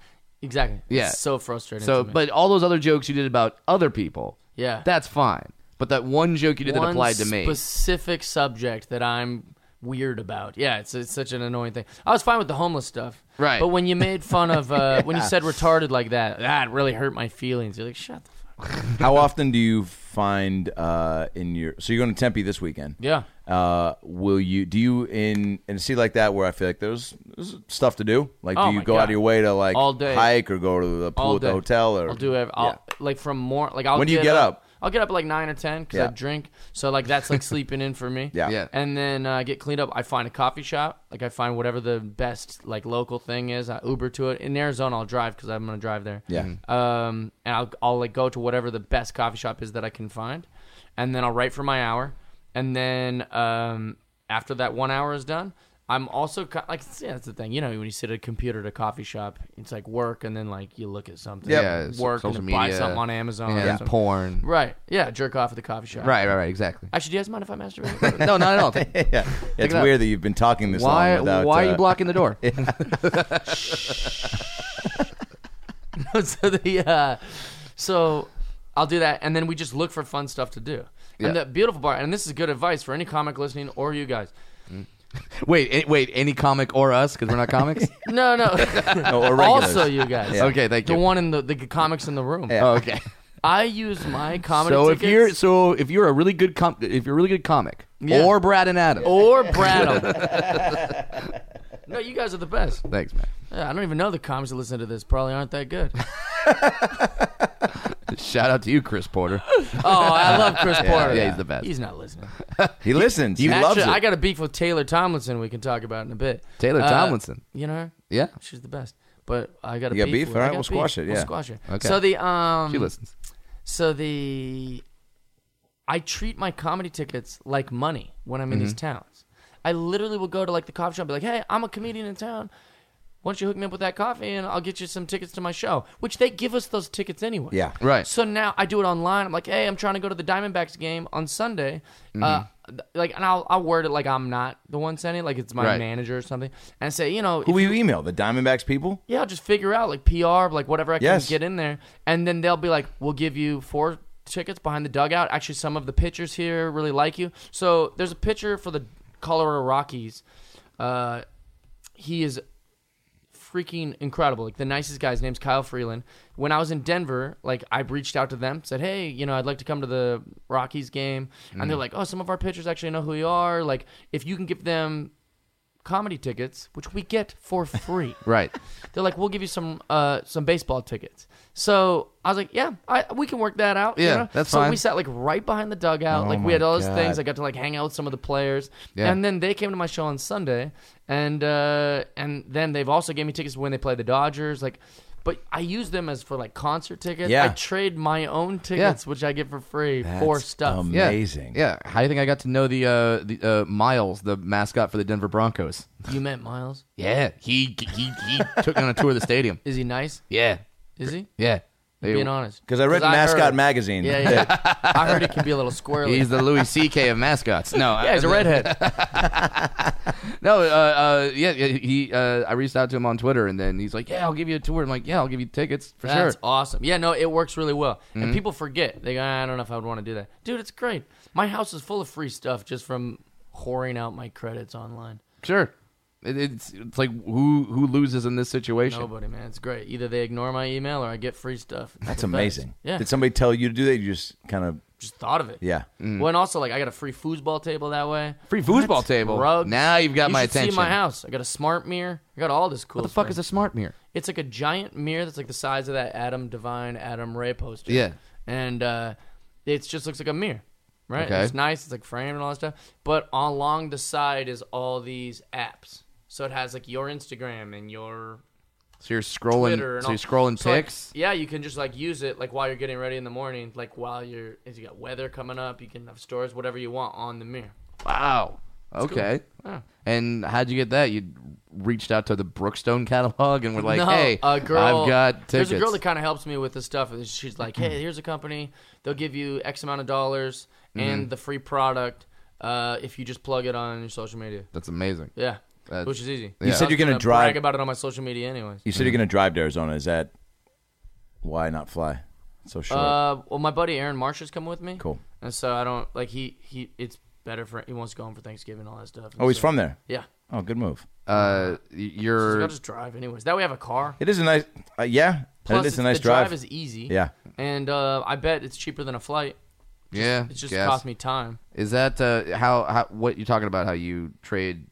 exactly
Yeah.
it's so frustrating
So,
to me.
but all those other jokes you did about other people,
Yeah.
that's fine. But that one joke you did that
one
applied to me,
Specific subject that I'm weird about. Yeah, it's, it's such an annoying thing. I was fine with the homeless stuff.
Right.
But when you made fun of, uh, when you said retarded like that, that really hurt my feelings. You're like, shut the fuck
How often do you find uh, in your? So you're going to Tempe this weekend.
Yeah.
Uh, will you? Do you in in a city like that where I feel like there's, there's stuff to do? Like,
Oh
do you
my
go out
God.
of your way to like
All day.
hike or go to the pool
All
at
day.
the hotel or?
I'll do it. I'll, Like from more, like I'll
When do you get up?
I'll get up at like nine or ten because I
Yeah.
drink. So like that's like sleeping in for me.
Yeah.
Yeah.
And then uh, I get cleaned up. I find a coffee shop. Like I find whatever the best like local thing is. I Uber to it. In Arizona, I'll drive because I'm gonna drive there.
Yeah.
Mm-hmm.
Um, and I'll I'll like go to whatever the best coffee shop is that I can find, and then I'll write for my hour, and then um after that one hour is done. I'm also co- like yeah, that's the thing. You know, when you sit at a computer at a coffee shop, it's like work, and then like you look at something,
Yeah, so-
work, and
social
then buy
media.
something on Amazon, or
and
something.
porn.
Right. Yeah, jerk off at the coffee shop.
Right, right, right, exactly.
Actually, do you guys mind if I masturbate?
No, not at all. Take-
Yeah. It's
it up.
weird that you've been talking this
why?
long without.
why are
uh,
you blocking the door?
so the uh, so I'll do that, and then we just look for fun stuff to do. And
Yeah.
the beautiful part, and this is good advice for any comic listening or you guys.
wait, eh, wait. Any comic or us? Because we're not comics.
No, no.
No, or regulars.
also, you guys.
Okay, thank
The
you.
one in the the comics in the room.
Oh, okay.
I use my comedy
So if
tickets
you're so if you're a really good com- if you're a really good comic
Yeah.
or Brad and Adam.
or Bradham. no, you guys are the best.
Thanks, man.
Yeah, I don't even know the comics that listen to this probably aren't that good.
Shout out to you, Chris Porter.
Oh, I love Chris Porter.
yeah, he's the best.
He's not listening.
He listens. he
Actually,
loves it.
I got a beef with Taylor Tomlinson. We can talk about in a bit.
Taylor
Uh,
Tomlinson.
you know her?
Yeah,
She's the best. But I got a
You got
beef.
beef?
with-
All
I
right,
got
we'll squash it,
We'll
yeah.
squash it.
Okay.
So the um,
she listens.
so the I treat my comedy tickets like money when I'm in
Mm-hmm.
these towns. I literally will go to like the coffee shop and be like, "Hey, I'm a comedian in town. Why don't you hook me up with that coffee and I'll get you some tickets to my show?" Which they give us those tickets anyway.
Yeah.
Right.
So now I do it online. I'm like, "Hey, I'm trying to go to the Diamondbacks game on Sunday."
Mm-hmm.
Uh, th- like, and I'll I'll word it like I'm not the one sending, it, like it's my
Right.
manager or something, and say, you know,
Who will you email? The Diamondbacks people?
yeah, I'll just figure out like PR, like whatever I can
Yes.
get in there, and then they'll be like, we'll give you four tickets behind the dugout. Actually, some of the pitchers here really like you. So there's a pitcher for the Colorado Rockies. Uh, he is freaking incredible. Like the nicest guy. His name's Kyle Freeland. When I was in Denver, like I reached out to them, said, "Hey, you know, I'd like to come to the Rockies game," and they're like, "Oh, some of our pitchers actually know who you are. Like, if you can give them." comedy tickets which we get for free
Right.
they're like, we'll give you some uh, some baseball tickets. So I was like, yeah, I, we can work that out. you
Yeah,
know?
that's
so
fine.
we sat like right behind the dugout.
Oh
like we had all those things. I got to like hang out with some of the players.
Yeah.
And then they came to my show on Sunday, and uh, and then they've also gave me tickets when they play the Dodgers. Like, but I use them as for like concert tickets.
Yeah.
I trade my own tickets, which I get for free for stuff.
Yeah.
Amazing.
Yeah. How do you think I got to know the uh, the uh, Miles, the mascot for the Denver Broncos?
You met Miles?
Yeah, he he he took me on a tour of the stadium.
Is he nice?
Yeah,
Is he?
yeah. They-
Being honest,
Because I read Mascot
heard-
magazine.
Yeah, yeah. I heard he can be a little squirrely.
He's the Louis C.K. of mascots. No,
yeah, he's a redhead.
No, uh, uh, yeah, yeah, he. Uh, I reached out to him on Twitter, and then he's like, "Yeah, I'll give you a tour." I'm like, "Yeah, I'll give you tickets for
That's
sure." Mm-hmm.
awesome. Yeah, no, it works really well. And people forget. They go, "Ah, I don't know if I would want to do that. Dude, it's great. My house is full of free stuff just from whoring out my credits online.
Sure. It, it's it's like who who loses in this situation?
Nobody, man. It's great. Either they ignore my email or I get free stuff. It's
That's
the best.
amazing.
Yeah.
Did somebody tell you to do that? You just kind of,
just thought of it.
yeah.
Well, and also, like, I got a free foosball table that way.
Mm. Free foosball table.
Rugs.
Now you've got
You
my
should
attention.
see my house. I got a smart mirror. I got all this cool
What the fuck
stuff.
is a smart mirror?
it's like a giant mirror that's like the size of that Adam Divine Adam Ray poster.
Yeah.
And uh, it just looks like a mirror, right?
Okay.
It's nice. It's like framed and all that stuff. But along the side is all these apps. So it has like your Instagram and your
So you're scrolling.
Twitter and
so you're
all-
scrolling
so, like,
pics.
yeah, you can just like use it like while you're getting ready in the morning, like while you're if you got weather coming up, you can have stores, whatever you want on the mirror.
wow. Okay.
Yeah.
And how'd you get that? You reached out to the Brookstone catalog and were like,
no,
"Hey,
a girl,
I've got tickets."
There's a girl that kind of helps me with this stuff. and She's like, hey, here's a company. They'll give you X amount of dollars
Mm-hmm.
and the free product uh, if you just plug it on your social media.
That's amazing.
Yeah,
That's-
which is easy.
You
I
said
was
you're gonna
gonna
drive-
brag about it on my social media, anyways.
You said you're going to drive to Arizona. Is that why not fly? So short.
Uh, well, my buddy Aaron Marsh is coming with me.
Cool.
And so I don't like he he. It's better for he wants to go home for Thanksgiving and all that stuff.
oh, he's from there.
Yeah.
Oh, good move.
Uh, y-
So I'll
you're
just drive anyways. That way I have a car.
It is a nice. Uh, yeah,
Plus,
it is
it's-
a nice
the drive.
drive.
is easy.
Yeah.
And uh, I bet it's cheaper than a flight.
yeah.
It just
guess.
cost me time.
Is that uh, how, how what you're talking about? How you trade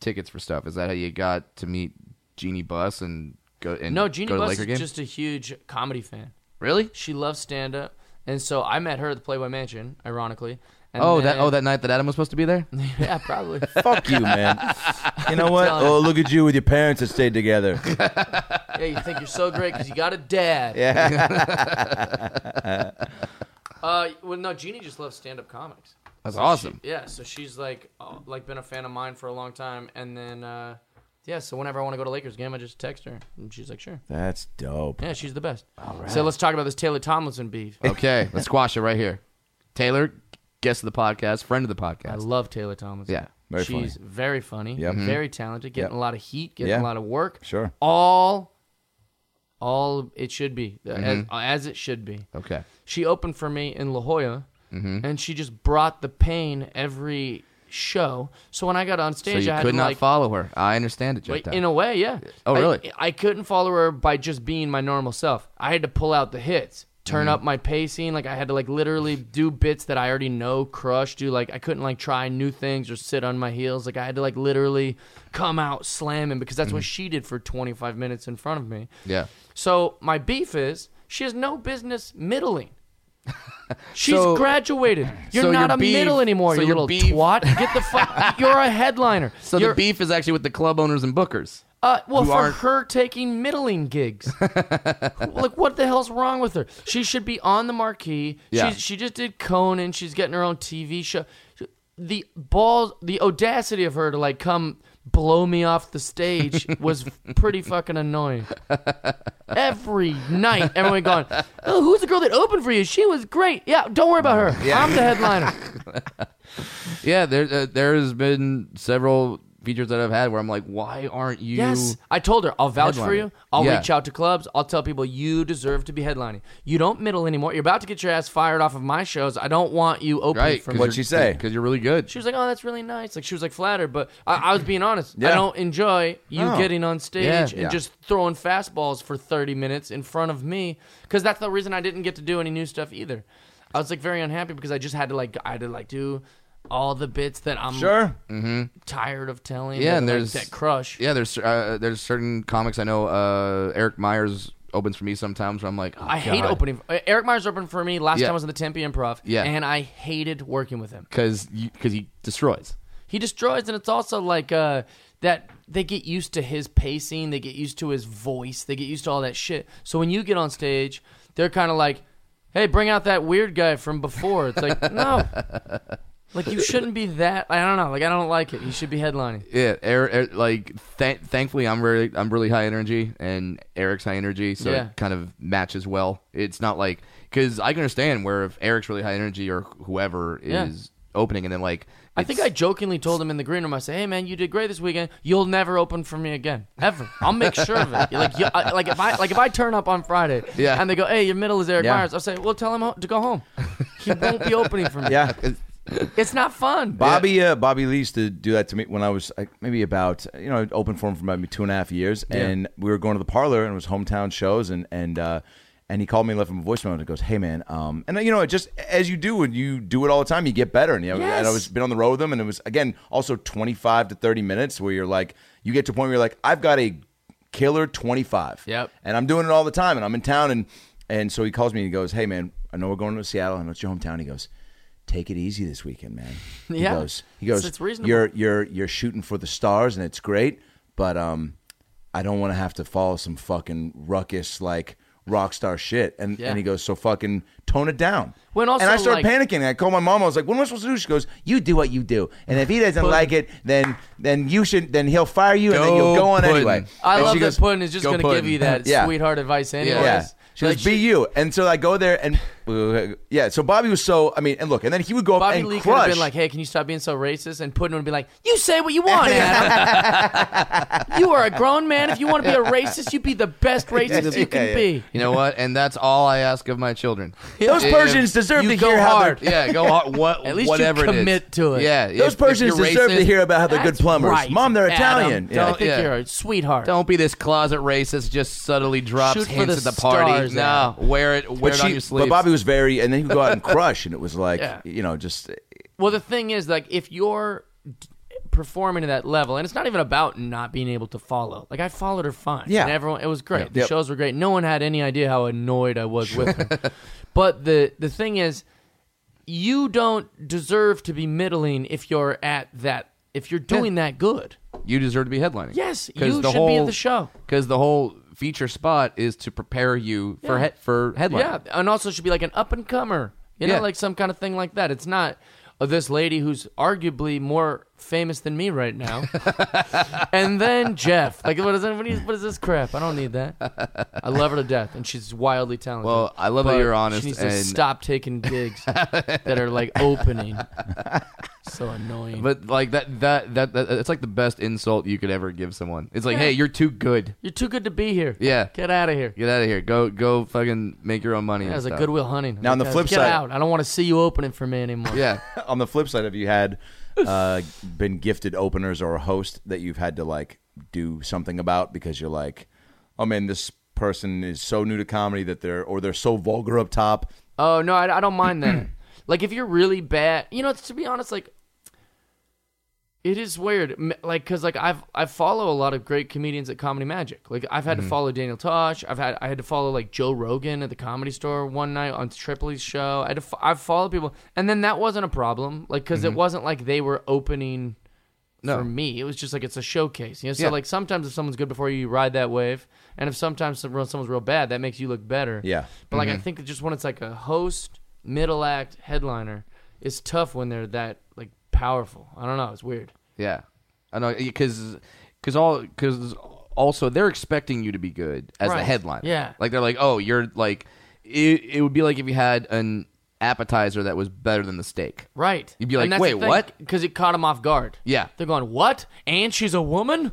tickets for stuff? Is that how you got to meet Jeannie Bus and go and
No, Jeannie
go to
Buss
Laker
is
game?
just a huge comedy fan.
really?
She loves stand up. And so I met her at the Playboy Mansion, ironically. And
Oh, that
then-
oh that night that Adam was supposed to be there.
yeah, probably.
Fuck you, man. You know what?
telling you.
Oh, look at you with your parents that stayed together.
yeah, you think you're so great because you got a dad.
Yeah.
Uh, well, no, Jeannie just loves stand up comics.
That's awesome.
Yeah, so she's like uh, like been a fan of mine for a long time, and then uh, yeah, so whenever I want to go to Lakers game, I just text her, and she's like, sure.
That's dope.
Yeah, she's the best. All right. So let's talk about this Taylor Tomlinson beef.
Okay, let's squash it right here. Taylor, guest of the podcast, friend of the
I
podcast.
love Taylor Tomlinson.
Yeah,
very
she's very funny.
Yep.
very talented. Getting
Yep.
a lot of heat. Getting
Yeah.
a lot of work.
Sure.
All, all it should be as, as it should be.
Okay.
She opened for me in La Jolla, and she just brought the pain every show. So when I got on
So
stage,
you
I had
could
to,
not
like,
follow her. I understand it, Jeff.
Like, in a way, yeah.
Oh,
I-
really?
I, couldn't follow her by just being my normal self. I had to pull out the hits, turn
Mm-hmm.
up my pacing. Like I had to like literally do bits that I already know, crush, do like I couldn't like try new things or sit on my heels. Like I had to like literally come out slamming because that's what she did for 25 minutes in front of me.
Mm-hmm. yeah.
So my beef is she has no business middling. She's
So-
graduated. You're
so
not
your
a
beef-
middle anymore,
so
you
your
little
beef-
twat. Get the fuck. You're a headliner.
So
You're-
the beef is actually with the club owners and bookers.
uh, well,
who
for
aren't-
her taking middling gigs, like what the hell's wrong with her? She should be on the marquee.
Yeah.
She's, she just did Conan. She's getting her own TV show. The balls, the audacity of her to like come blow me off the stage was pretty fucking annoying. Every night, everyone going, "Oh, who's the girl that opened for you? She was great. Yeah, don't worry about her. I'm the headliner."
Yeah, there uh, there has been several features that I've had where I'm like, why aren't you?
Yes, I told her I'll vouch for
Headliner.
you. I'll
Yeah.
reach out to clubs. I'll tell people you deserve to be headlining. You don't middle anymore. You're about to get your ass fired off of my shows. I don't want you open
Right.
for me.
What'd she say?
Because you're really good.
She was like, "Oh, that's really nice." Like she was like flattered, but I, I was being honest. I
Yeah.
don't enjoy you
No.
getting on stage
Yeah.
and
Oh. Yeah.
just throwing fastballs for 30 minutes in front of me because that's the reason I didn't get to do any new stuff either. I was like very unhappy because I just had to like I had to like do all the bits that I'm
Sure.
tired of telling.
Yeah,
that,
and
like,
there's-
that crush.
Yeah, there's uh, there's certain comics I know. Uh, Eric Myers opens for me sometimes where I'm like, oh,
I hate
God.
opening. uh, Eric Myers opened for me last
Yeah.
time I was in the Tempe Improv.
Yeah.
and I hated working with him.
because because he destroys.
He destroys, and it's also like uh, that they get used to his pacing, they get used to his voice, they get used to all that shit. So when you get on stage, they're kind of like, "Hey, bring out that weird guy from before." It's like, no, like you shouldn't be that. I don't know. Like I don't like it. You should be headlining.
Yeah, Eric, like th- thankfully I'm really I'm really high energy and Eric's high energy, so
Yeah.
it kind of matches well. It's not like because I can understand where if Eric's really high energy or whoever
Yeah.
is opening, and then like
I think I
it's-
jokingly told him in the green room. I said, "Hey, man, you did great this weekend. You'll never open for me again, ever. I'll make sure of it. Like, you, I, like if I like if I turn up on Friday,
Yeah.
and they go, "Hey, your middle is Eric
Yeah.
Myers," I'll say, "Well, tell him ho- to go home. He won't be opening for me.
Yeah.
It's not fun."
Bobby, uh, Bobby Lee used to do that to me when I was like, maybe about you know open for him for about two and a half years, and we were going to the parlor and it was hometown shows, and and uh, and he called me, and left him a voicemail, and he goes, "Hey man," um, and you know, it just as you do when you do it all the time, you get better, and you know, and I
Yes.
was been on the road with him, and it was again also twenty five to thirty minutes where you're like, you get to a point where you're like, I've got a killer twenty five,
Yep.
and I'm doing it all the time, and I'm in town, and and so he calls me and he goes, "Hey man, I know we're going to Seattle, I know it's your hometown," he goes take it easy this weekend, man. He
Yeah.
goes, he goes,
It's- it's reasonable.
You're you're you're shooting for the stars and it's great, but um, I don't want to have to follow some fucking ruckus like rock star shit. And
Yeah.
and he goes, so fucking tone it down.
Well, and also,
I started
like-
panicking. I called my mom. I was like, "What am I supposed to do?" She goes, "You do what you do, and if he doesn't like it, then then you should then he'll fire you, and then you'll
Go
go on
Puddin'.
anyway."
I
And
love
she
that
goes,
Putin is just
"Go
going to give
Putin."
you that
Yeah.
sweetheart advice anyways.
Yeah. She
Like,
goes, be you. And so I go there and yeah. So Bobby was so I mean, and look, and then he would go up
Bobby
and
Lee could
crush.
have been like, "Hey, can you stop being so racist?" And Putin would be like, "You say what you want, Adam. you are a grown man. If you want to be a racist, you be the best racist you can
yeah.
be."
You know what? And that's all I ask of my children.
Those
If-
Persians deserve
you
to
go
hear how
hard. Yeah, go hard. What,
At least you
whatever it is.
commit to it.
Yeah, Uh, if-
those
if you're
Persians deserve
racist,
to hear about how they're good
That's
plumbers.
right,
Mom, they're
Adam.
Italian. Yeah.
Don't think
Yeah.
you're a sweetheart.
Don't be this closet racist. Just subtly drops
Shoot for
hints
the
at the party.
stars,
no,
Adam.
wear it. Wear
But,
it on
she-
your
but
sleeve.
Bobby was very, and then he would go out and crush, and it was like,
Yeah.
you know, just
Well, the thing is, like, if you're d- performing to that level, and it's not even about not being able to follow. Like, I followed her fine.
Yeah.
and everyone, it was great. The
Yep.
shows were great. No one had any idea how annoyed I was with her. but the the thing is, you don't deserve to be middling if you're at that. If you're doing that good,
you deserve to be headlining.
Yes,
'Cause
you
the
should be at
whole-
the show.
Because the whole feature spot is to prepare you for
Yeah.
he- for headlining.
yeah, and also should be like an up and comer, you know,
Yeah.
like some kind of thing like that. It's not uh, this lady who's arguably more famous than me right now, and then Jeff. Like, what is what is, what is this crap? I don't need that. I love her to death, and she's wildly talented.
Well, I love that
But
you're honest
She needs to
and-
stop taking gigs that are like opening. so annoying.
But like that, that, that, that, it's like the best insult you could ever give someone. It's like,
Yeah.
hey, you're too good.
you're too good to be here.
Yeah.
get out of here.
Get out of here. Go, go, fucking make your own money.
That
and
was a
stuff.
goodwill hunting.
Now, on the
Guys,
flip
get
side-
out. I don't want to see you opening for me anymore.
Yeah,
on the flip side, have you had uh, been gifted openers or a host that you've had to like do something about because you're like, oh man, this person is so new to comedy that they're or they're so vulgar up top.
Oh no, I, I don't mind that. like if you're really bad, you know. it's- To be honest, like it is weird. M- Like because like I've I follow a lot of great comedians at Comedy Magic. Like I've had to follow Daniel Tosh. I've had I had to follow like Joe Rogan at the Comedy Store one night on Tripoli's show. I had to fo- I've followed people, and then that wasn't a problem. Like because it wasn't like they were opening. For me, it was just like it's a showcase. You know, so
Yeah.
like sometimes if someome's good before you, you ride that wave, and if sometimes some- when someone's real bad, that makes you look better.
Yeah.
But
Mm-hmm.
like I think that just when it's like a host, middle act, headliner, it's tough when they're that like powerful. I don't know. It's weird.
yeah. I know because because all because also they're expecting you to be good as the
Right.
headline.
Yeah.
like they're like, oh, you're like, it, it would be like if you had an appetizer that was better than the steak.
Right.
You'd be like, "Wait, what?"
Because it caught them off guard.
Yeah.
They're going, what? And she's a woman?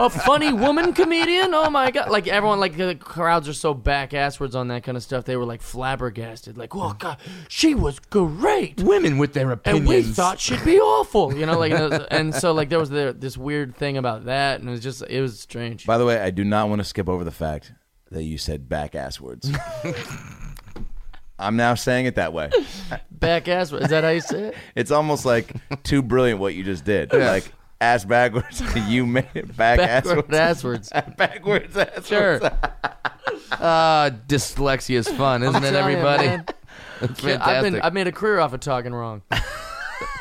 a funny woman comedian? Oh my God. Like everyone, like the crowds are so back asswards on that kind of stuff. They were like flabbergasted. Like, whoa, God, she was great.
Women with their opinions.
and we thought she'd be awful, you know, like, and so like there was the, this weird thing about that, and it was just it was strange.
By the way, I do not want to skip over the fact that you said back ass words. I'm now saying it that way.
Back ass, is that how you say it?
It's almost like too brilliant what you just did. Like ass backwards, you made it back
Backward
ass
asswards.
backwards ass.
Sure.
Ah, dyslexia is fun, isn't it,
telling you,
everybody?
man.
It's fantastic.
I've been I've made a career off of talking wrong.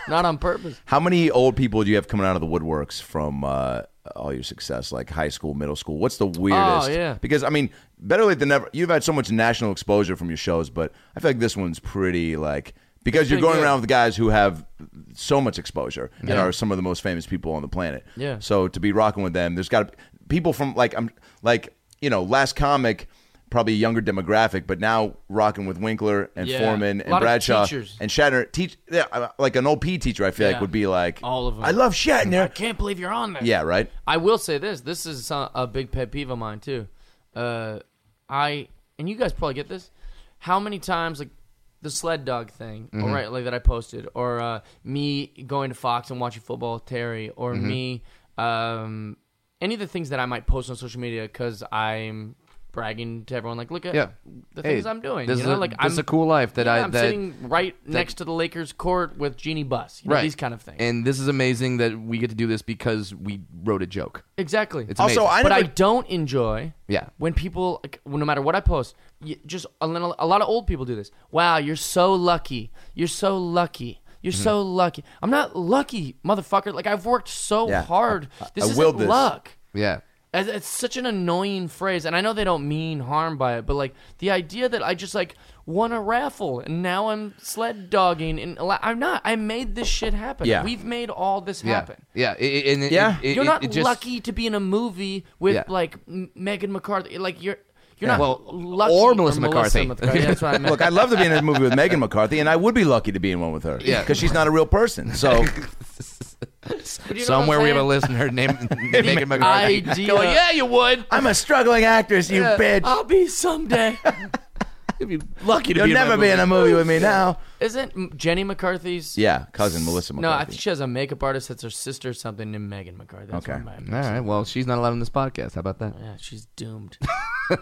Not on purpose.
How many old people do you have coming out of the woodworks from uh, all your success, like high school, middle school? What's the weirdest?
Oh, yeah.
Because I mean, better late than never. You've had so much national exposure from your shows, but I feel like this one's pretty like because you're
Pretty
going
good.
around with guys who have so much exposure and are some of the most famous people on the planet.
Yeah.
So to be rocking with them, there's got to people from like I'm like you know last comic. Probably a younger demographic, but now rocking with Winkler and
Yeah.
Foreman
A
and
lot of
Bradshaw
teachers.
and Shatner. Teach yeah, I- like an old PE teacher. I feel like
Yeah.
would be like
All of 'em.
I love
I
Shatner.
can't believe you're on there.
Yeah, right.
I will say this. This is so- a big pet peeve of mine too. Uh, I and you guys probably get this. How many times like the sled dog thing,
Mm-hmm.
all right, like that I posted, or uh, me going to Fox and watching football with Terry, or
Mm-hmm.
me, um, any of the things that I might post on social media because I'm bragging to everyone, like, look at
Yeah.
the
Hey,
things I'm doing.
This
you
is
know,
a,
like
this
I'm
is a cool life that
yeah,
I
I'm
that
sitting right next to the Lakers court with Jeannie Buss. You know,
right
These kind of things.
And this is amazing that we get to do this because we wrote a joke.
exactly.
It's
Also,
amazing.
I
but
never.
I don't enjoy.
Yeah.
When people, like, well, no matter what I post, you just a little- a lot of old people do this. Wow, you're so lucky. You're so lucky. You're so
Hmm.
lucky. I'm not lucky, motherfucker. Like I've worked so
Yeah.
hard. This
I
isn't
willed this.
luck.
yeah.
As- It's such an annoying phrase, and I know they don't mean harm by it, but like the idea that I just like won a raffle and now I'm sled dogging, and al- I'm not. I made this shit happen.
Yeah.
We've made all this
Yeah.
happen.
Yeah. It- it- and it-
Yeah.
it- it-
You're not
it just-
lucky to be in a movie with
Yeah.
like M- Megan McCarthy. Like you're, you're not
Well,
lucky
or Melissa McCarthy.
That's what I meant.
Look, I'd love to be in a movie with Megan McCarthy, and I would be lucky to be in one with her.
Yeah.
because she's not a real person. So
But you know what I'm
Somewhere we have a
saying?
listener named Megan McCarthy.
Idea.
Going, yeah, you would.
I'm a struggling actress, you bitch.
I'll be someday.
You'd be lucky to
You'll
be in my
never be in
movie.
a movie with me now.
Isn't M- Jenny McCarthy's?
Yeah, cousin Melissa
No, I
McCarthy.
think she has a makeup artist that's her sister or something named Megan McCarthy. That's
Okay.
what I
All right. Well, she's not allowed on this podcast. How about that?
Yeah, she's doomed.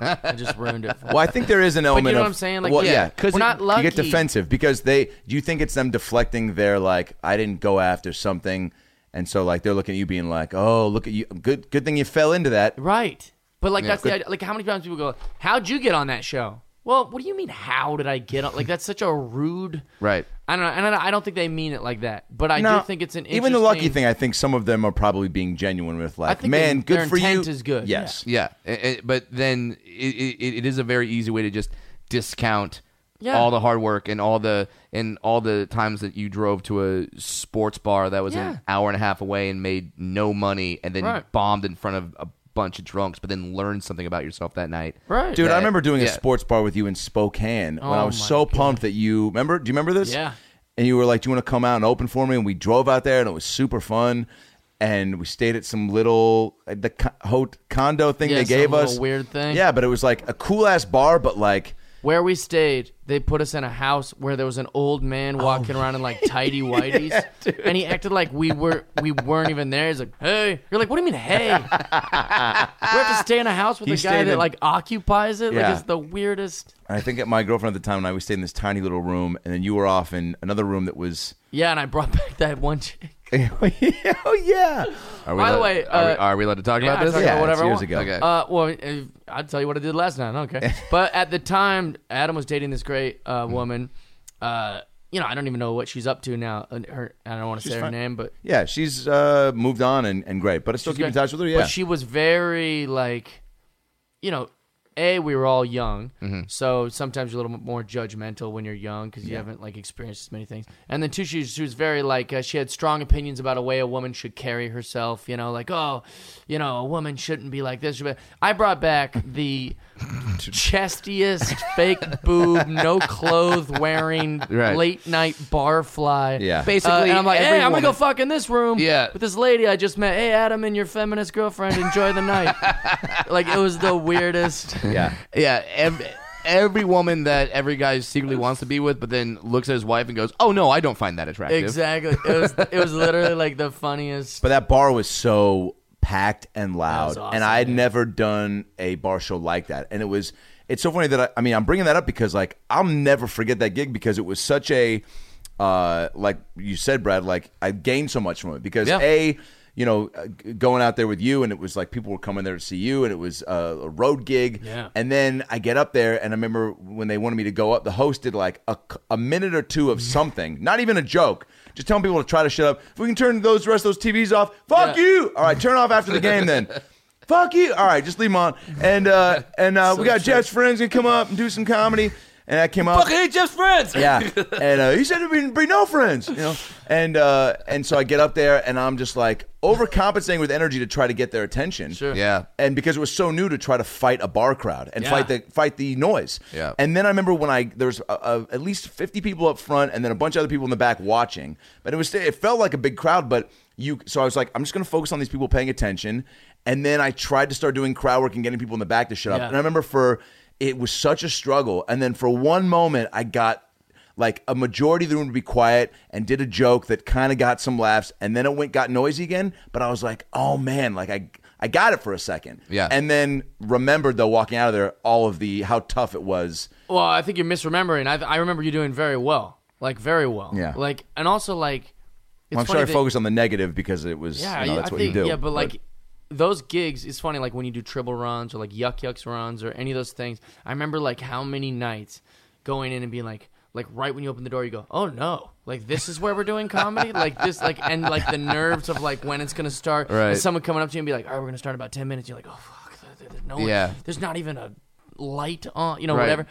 I just ruined it. For
well, I think there is an element
know
of
what I'm saying? Like,
well,
yeah,
yeah,
we're not
you- You get
lucky.
defensive because they. Do you think it's them deflecting their like? I didn't go after something, and so like they're looking at you being like, "Oh, look at you! Good, good thing you fell into that."
right, but like that's the idea. like how many times people go, "How'd you get on that show?" Well, what do you mean? How did I get on? Like that's such a rude.
Right.
I don't know, and I don't- I don't think they mean it like that. But I
No,
do think it's an
even the lucky
interesting-
thing. I think some of them are probably being genuine with like,
I think
"Man,
their-
good
their
for you."
intent is good,
Yes,
Yeah, a- a- but then it, it, it is a very easy way to just discount
Yeah.
all the hard work and all the and all the times that you drove to a sports bar that was
Yeah.
an hour and a half away and made no money and then
Right.
bombed in front of a bunch of drunks, but then learned something about yourself that night.
right?
Dude,
that-
I remember doing a
yeah.
sports bar with you in Spokane when I
Oh
was
my
so pumped that you remember. Do you remember this?
Yeah.
And you were like, "Do you want to come out and open for me?" And we drove out there, and it was super fun. And we stayed at some little uh, the co- ho- condo thing
Yeah,
they
some
gave
little
us.
weird thing.
Yeah, but it was like a cool ass bar, but like
Where we stayed, they put us in a house where there was an old man
Oh
walking around in like tidy whities, and he acted like we were we weren't even there. He's like, "Hey," you're like, "What do you mean, hey?" we have to stay in a house with
He
a guy
stayed
that
in-
like occupies it.
Yeah.
Like it's the weirdest.
I think my girlfriend at the time and I we stayed in this tiny little room, and then you were off in another room that was.
Yeah, and I brought back that one chick.
oh yeah.
Are we
By the
allowed-
way,
are, we,
uh,
are we allowed to talk
yeah,
about this?
talk about
Yeah,
whatever I
it's years
want.
ago.
Okay.
Uh, well, uh, I'll tell you what I did last night. Okay, but at the time, Adam was dating this great uh, woman. Uh, you know, I don't even know what she's up to now. And Her, I don't want to say her name, but
Yeah, she's uh, moved on and, and great, but I still keep in touch with her. Yeah,
But she was very like, you know, a we were all young,
Mm-hmm.
so sometimes you're a little bit more judgmental when you're young because you haven't like experienced as many things. And then two, she she was very like uh, she had strong opinions about a way a woman should carry herself. You know, like oh, you know, a woman shouldn't be like this. But I brought back the chestiest, fake boob, no clothes wearing,
Right.
late night barfly.
Yeah.
Uh,
Basically,
and I'm like,
every
hey, I'm gonna go
woman-
fuck in this room.
Yeah.
With this lady I just met. Hey, Adam and your feminist girlfriend, enjoy the night. like it was the weirdest.
yeah.
Yeah, every, every woman that every guy secretly wants to be with, but then looks at his wife and goes, "Oh no, I don't find that attractive."
Exactly. It was it was literally like the funniest.
But that bar was so packed and loud,
was awesome,
and I had
dude.
never done a bar show like that. And it was, it's so funny that I, I mean, I'm bringing that up because like I'll never forget that gig because it was such a, uh, like you said, Brad, like I gained so much from it because
Yeah.
a. You know, uh, g- going out there with you, and it was like people were coming there to see you, and it was uh, a road gig.
Yeah.
And then I get up there, and I remember when they wanted me to go up, the host did like a, c- a minute or two of something, not even a joke, just telling people to try to shut up. If we can turn those rest of those TVs off, fuck
Yeah.
you. All right, turn off after the game then. fuck you. All right, just leave them on. And uh, and uh, we got Jeff's friends gonna come up and do some comedy. And I came up.
Hey, Jeff's friends.
Yeah, and uh, he said to bring, bring no friends, you know. And uh, and so I get up there, and I'm just like overcompensating with energy to try to get their attention. Sure
Yeah.
and because it was so new to try to fight a bar crowd and
Yeah.
fight the fight the noise.
Yeah.
And then I remember when I there was uh uh at least fifty people up front and then a bunch of other people in the back watching. But it was it felt like a big crowd, but you so I was like I'm just gonna focus on these people paying attention. And then I tried to start doing crowd work and getting people in the back to shut
Yeah.
up. And I remember for it was such a struggle. And then for one moment I got. Like a majority of the room to be quiet and did a joke that kind of got some laughs and then it went got noisy again. But I was like, oh man, like I I I got it for a second.
Yeah.
And then remembered though walking out of there all of the how tough it was.
Well, I think you're misremembering. I, I remember you doing very well, like very well.
Yeah.
Like, and also like, it's
Well, I'm
funny
sure I
that-
focused on the negative because it was
Yeah,
you know,
you-
that's
I
what
think
you do.
yeah, but like those gigs, it's funny. Like when you do triple runs or like yuck yucks runs or any of those things. I remember like how many nights going in and being like, like right when you open the door, you go, oh no, like this is where we're doing comedy, like this, like and like the nerves of like when it's gonna start. and
Right.
someone coming up to you and be like, all right, we're gonna start in about ten minutes. You're like, oh fuck, there- there- there's no one-
Yeah.
there's not even a light on, you know,
Right.
whatever.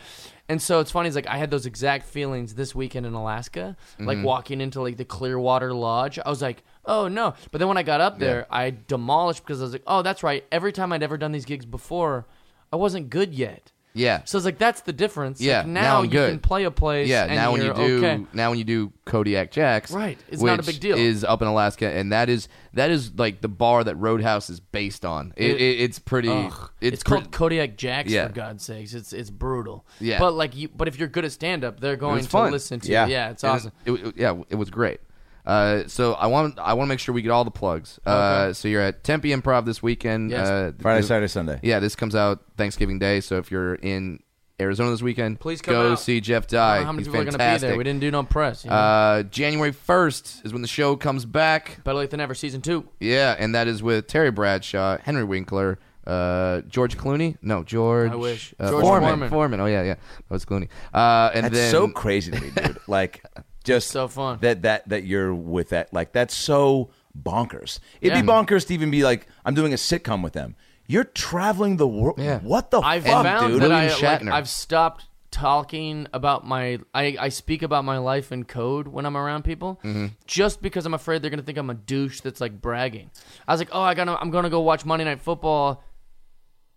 And so it's funny. It's like I had those exact feelings this weekend in Alaska, like
Mm-hmm.
walking into like the Clearwater Lodge. I was like, oh no. But then when I got up there, I demolished because I was like, oh, that's right. Every time I'd ever done these gigs before, I wasn't good yet.
Yeah.
So it's like that's the difference. Like,
Yeah,
now,
now I'm
you
good.
can play a place.
Yeah,
and
now when you
you're
do
okay.
now when you do Kodiak Jacks,
Right, it's not a
which
big deal.
Is up in Alaska, and that is that is like the bar that Roadhouse is based on. It,
It-
it- it's pretty.
Ugh. It's,
It's, pre-
called Kodiak Jacks
Yeah.
for God's sakes. It's it's brutal.
Yeah.
But like you, but if you're good at stand up, they're
It
going
was
to
fun.
listen to.
Yeah.
you. yeah, it's
and
awesome.
It, it- yeah, it was great. Uh, so I want I want to make sure we get all the plugs. Uh, so you're at Tempe Improv this weekend.
Yes.
Uh,
Friday,
th-
Saturday, Sunday.
Yeah, this comes out Thanksgiving Day. So if you're in Arizona this weekend,
Please come
go
out.
see Jeff
I
Die.
don't know how many
He's
people are going to
fantastic.
be there? We didn't do no press. You know?
uh, January first is when the show comes back.
Better late than never, season two.
Yeah, and that is with Terry Bradshaw, Henry Winkler, uh, George Clooney. No, George.
I wish.
Uh,
George
Foreman.
Foreman.
Oh yeah, yeah. That was Clooney. Uh, and
That's
then
so crazy to me, dude. Like, just
so fun.
that that that you're with that. Like, that's so bonkers. It'd be
Yeah.
bonkers to even be like, I'm doing a sitcom with them. You're traveling the world.
Yeah.
What the
I've
fuck,
found
dude?
that
William
I,
Shatner.
Like, I've stopped talking about my. I, I speak about my life in code when I'm around people,
Mm-hmm.
just because I'm afraid they're gonna think I'm a douche that's like bragging. I was like, oh, I gotta, I'm gonna go watch Monday Night Football,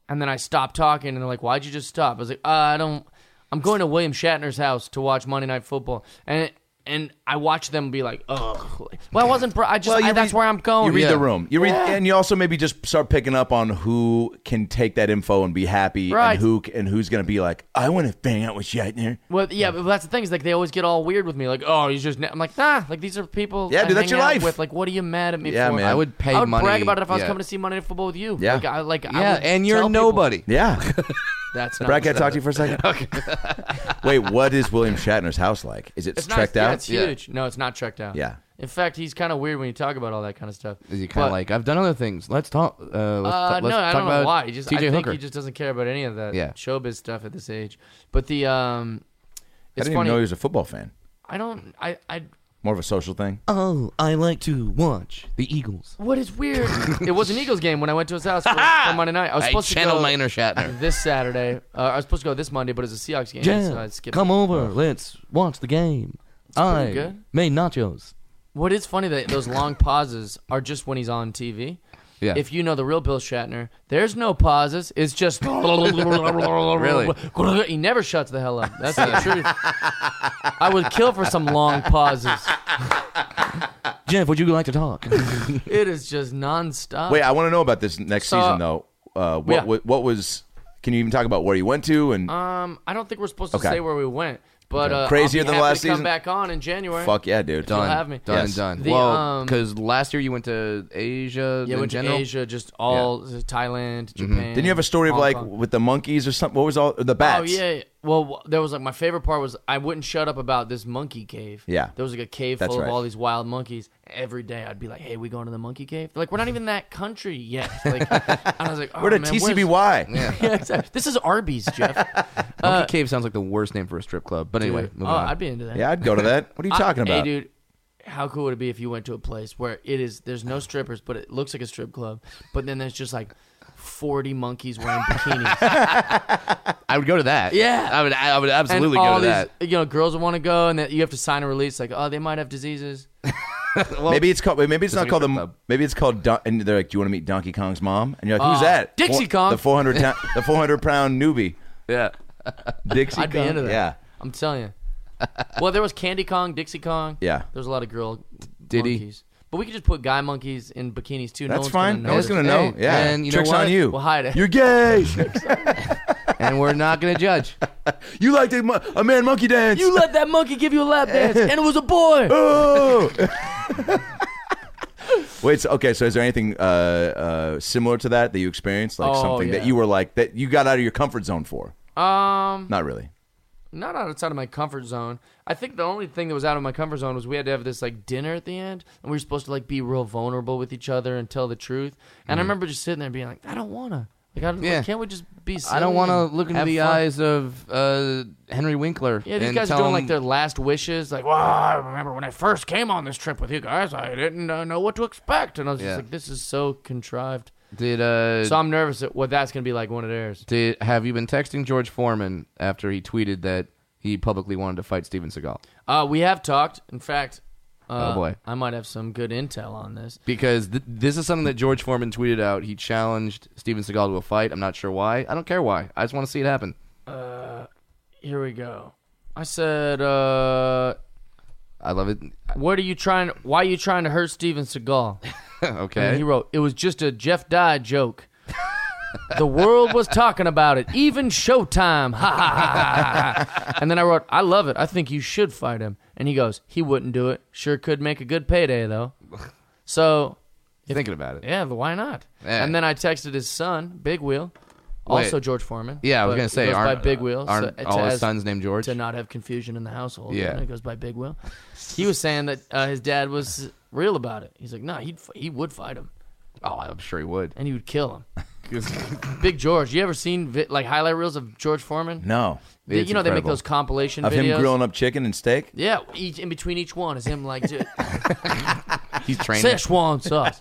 and then I stopped talking, and they're like, why'd you just stop? I was like, uh, I don't. I'm going to William Shatner's house to watch Monday Night Football, and and I watch them be like, oh, well, I wasn't. Bra- I just
Well, you
I, that's
read-
where I'm going.
You read
Yeah.
the room. You read, and you also maybe just start picking up on who can take that info and be happy,
Right.
and who c- and who's going to be like, I want to bang out with Shatner.
Well, yeah, but that's the thing is like they always get all weird with me, like, oh, he's just. na-" I'm like, nah, like these are people.
Yeah,
I
dude, that's
hang
your
out
life.
With like, what are you mad at me
Yeah,
for?
man.
I would pay
I would
money.
brag about it if I was
yeah.
coming to see Monday Night Football with you.
Yeah.
like, I, like I
Yeah,
would
and you're
tell people,
nobody.
Yeah,
That's not.
Brad, can I talk to you for a second? Wait, what is William Shatner's house like? Is it
it's
checked
not, yeah,
out?
it's
Yeah.
huge. No, it's not checked out.
Yeah.
In fact, he's kind of weird when you talk about all that kind of stuff.
Is he kind
But,
of like I've done other things? Let's talk. Uh, let's
Uh,
talk-
no,
let's
I
talk
don't know
about
why. He just,
TJ
I think
Hooker.
he just doesn't care about any of that
Yeah.
showbiz stuff at this age. But the
I
um, it's
didn't
funny.
even know he was a football fan.
I don't. I. I.
More of a social thing.
oh, I like to watch the Eagles.
What is weird? it was an Eagles game when I went to his house for, for Monday night. I was
I
supposed to
channel
go,
my inner Shatner.
this Saturday. Uh, I was supposed to go this Monday, but it's a Seahawks game.
Yeah,
so I skipped.
come over. Let's watch the game. I
good.
made nachos.
What is funny that those long pauses are just when he's on TV.
Yeah.
If you know the real Bill Shatner, there's no pauses. It's just really. He never shuts the hell up. That's the truth. I would kill for some long pauses.
Jeff, would you like to talk?
It is just nonstop.
Wait, I want to know about this next
Uh, So-
season though. Uh, what,
Yeah.
what what was? Can you even talk about where you went to and
um, I don't think we're supposed to
Okay.
say where we went, but uh,
Crazier
I'll be
than
happy
last
to come
season?
back on in January.
fuck yeah, dude?
done.
have me.
Done
Yes.
and done.
The,
well,
um,
because last year you went to Asia.
Yeah,
in
went to
general?
Asia, just all Thailand, Japan.
Didn't Mm-hmm. you have a story of
Hong
like
Kong.
with the monkeys or something? What was all the bats?
Oh yeah. yeah. Well, w- there was like my favorite part was I wouldn't shut up about this monkey cave.
Yeah.
There was like a cave
That's
full
right.
of all these wild monkeys. Every day I'd be like, "Hey, we going to the monkey cave?" They're like, "We're not even that country yet." Like, and I was like, oh,
Where did
man, where's-
TCBY?
yeah, exactly. This is Arby's, Jeff.
Monkey Cave sounds like the worst name for a strip club. But anyway,
Dude,
moving
oh,
on.
I'd be into that.
Yeah, I'd go to that. What are you talking
I-
about?
Hey, dude, how cool would it be if you went to a place where it is there's no strippers, but it looks like a strip club, but then there's just like 40 monkeys wearing bikinis.
I would go to that.
Yeah.
I would. I would absolutely
and all
go to that.
these, You know, girls want to go, and that you have to sign a release like, oh, they might have diseases.
maybe it's called. wait, Maybe it's not
like a
called the.
strip club.
Maybe it's called. Don, and they're like, "Do you want to meet Donkey Kong's mom?" And you're like, "Who's
Uh,
that?"
Dixie
Four-
Kong.
the 400 ta- the 400 pound newbie,
Yeah.
Dixie
I'd be
Kong.
into that.
Yeah,
I'm telling you. well, there was Candy Kong, Dixie Kong.
Yeah.
There's a lot of girl
Diddy.
monkeys. But we could just put guy monkeys in bikinis too. no
that's
one's
fine.
Gonna
No one's
notice.
gonna know.
Hey,
yeah,
and you know
tricks
what?
on you.
We'll hide it.
You're gay.
and we're not gonna judge.
you like the mo- a man monkey dance.
You let that monkey give you a lap dance, and it was a boy.
Oh. Wait, so, okay. So, is there anything uh, uh, similar to that that you experienced, like
Oh,
something
yeah.
that you were like that you got out of your comfort zone for?
Um,
Not really.
not outside of my comfort zone. I think the only thing that was out of my comfort zone was we had to have this like dinner at the end, and we were supposed to like be real vulnerable with each other and tell the truth. And I
Mm-hmm.
remember just sitting there being like, I don't wanna. Like, I don't,
Yeah.
can't we just be?
I don't want to look into the eyes
eyes.
of uh, Henry Winkler.
Yeah, these
and
guys are
tell
doing
him-
like their last wishes. Like, well, I remember when I first came on this trip with you guys, I didn't uh, know what to expect, and I was
Yeah.
just like, this is so contrived.
Did uh,
So I'm nervous at what that's gonna be like when it airs.
did have you been texting George Foreman after he tweeted that he publicly wanted to fight Steven Seagal?
Uh, we have talked. In fact, uh,
Oh, boy.
I might have some good intel on this.
Because th- this is something that George Foreman tweeted out. He challenged Steven Seagal to a fight. I'm not sure why. I don't care why. I just want to see it happen.
Here we go. I said, uh,
I love it.
"What are you trying? Why are you trying to hurt Steven Seagal?"
okay.
And he wrote, "It was just a Jeff Dye joke. the world was talking about it, even Showtime." Ha ha ha, ha ha. And then I wrote, "I love it. I think you should fight him." And he goes, "He wouldn't do it. Sure could make a good payday though." So
Thinking about it.
yeah, but why not?
Yeah.
And then I texted his son, Big Wheel, also
Wait.
George Foreman.
Yeah, I was
but
gonna
he
say
goes
aren't
by Big Wheel. so-
aren't
to-
all his
as-
sons named George?
to not have confusion in the household.
Yeah.
and it goes by Big Will. He was saying that uh, his dad was real about it. He's like, no, he'd f- he would fight him
Oh, I'm sure he would.
and he would kill him. Big George, you ever seen vi- like highlight reels of George Foreman?
No,
They-
It's
you know they make
incredible.
those compilation
of
videos.
him grilling up chicken and steak.
yeah, each, in between each one is him like dude,
He's training.
Szechuan sauce.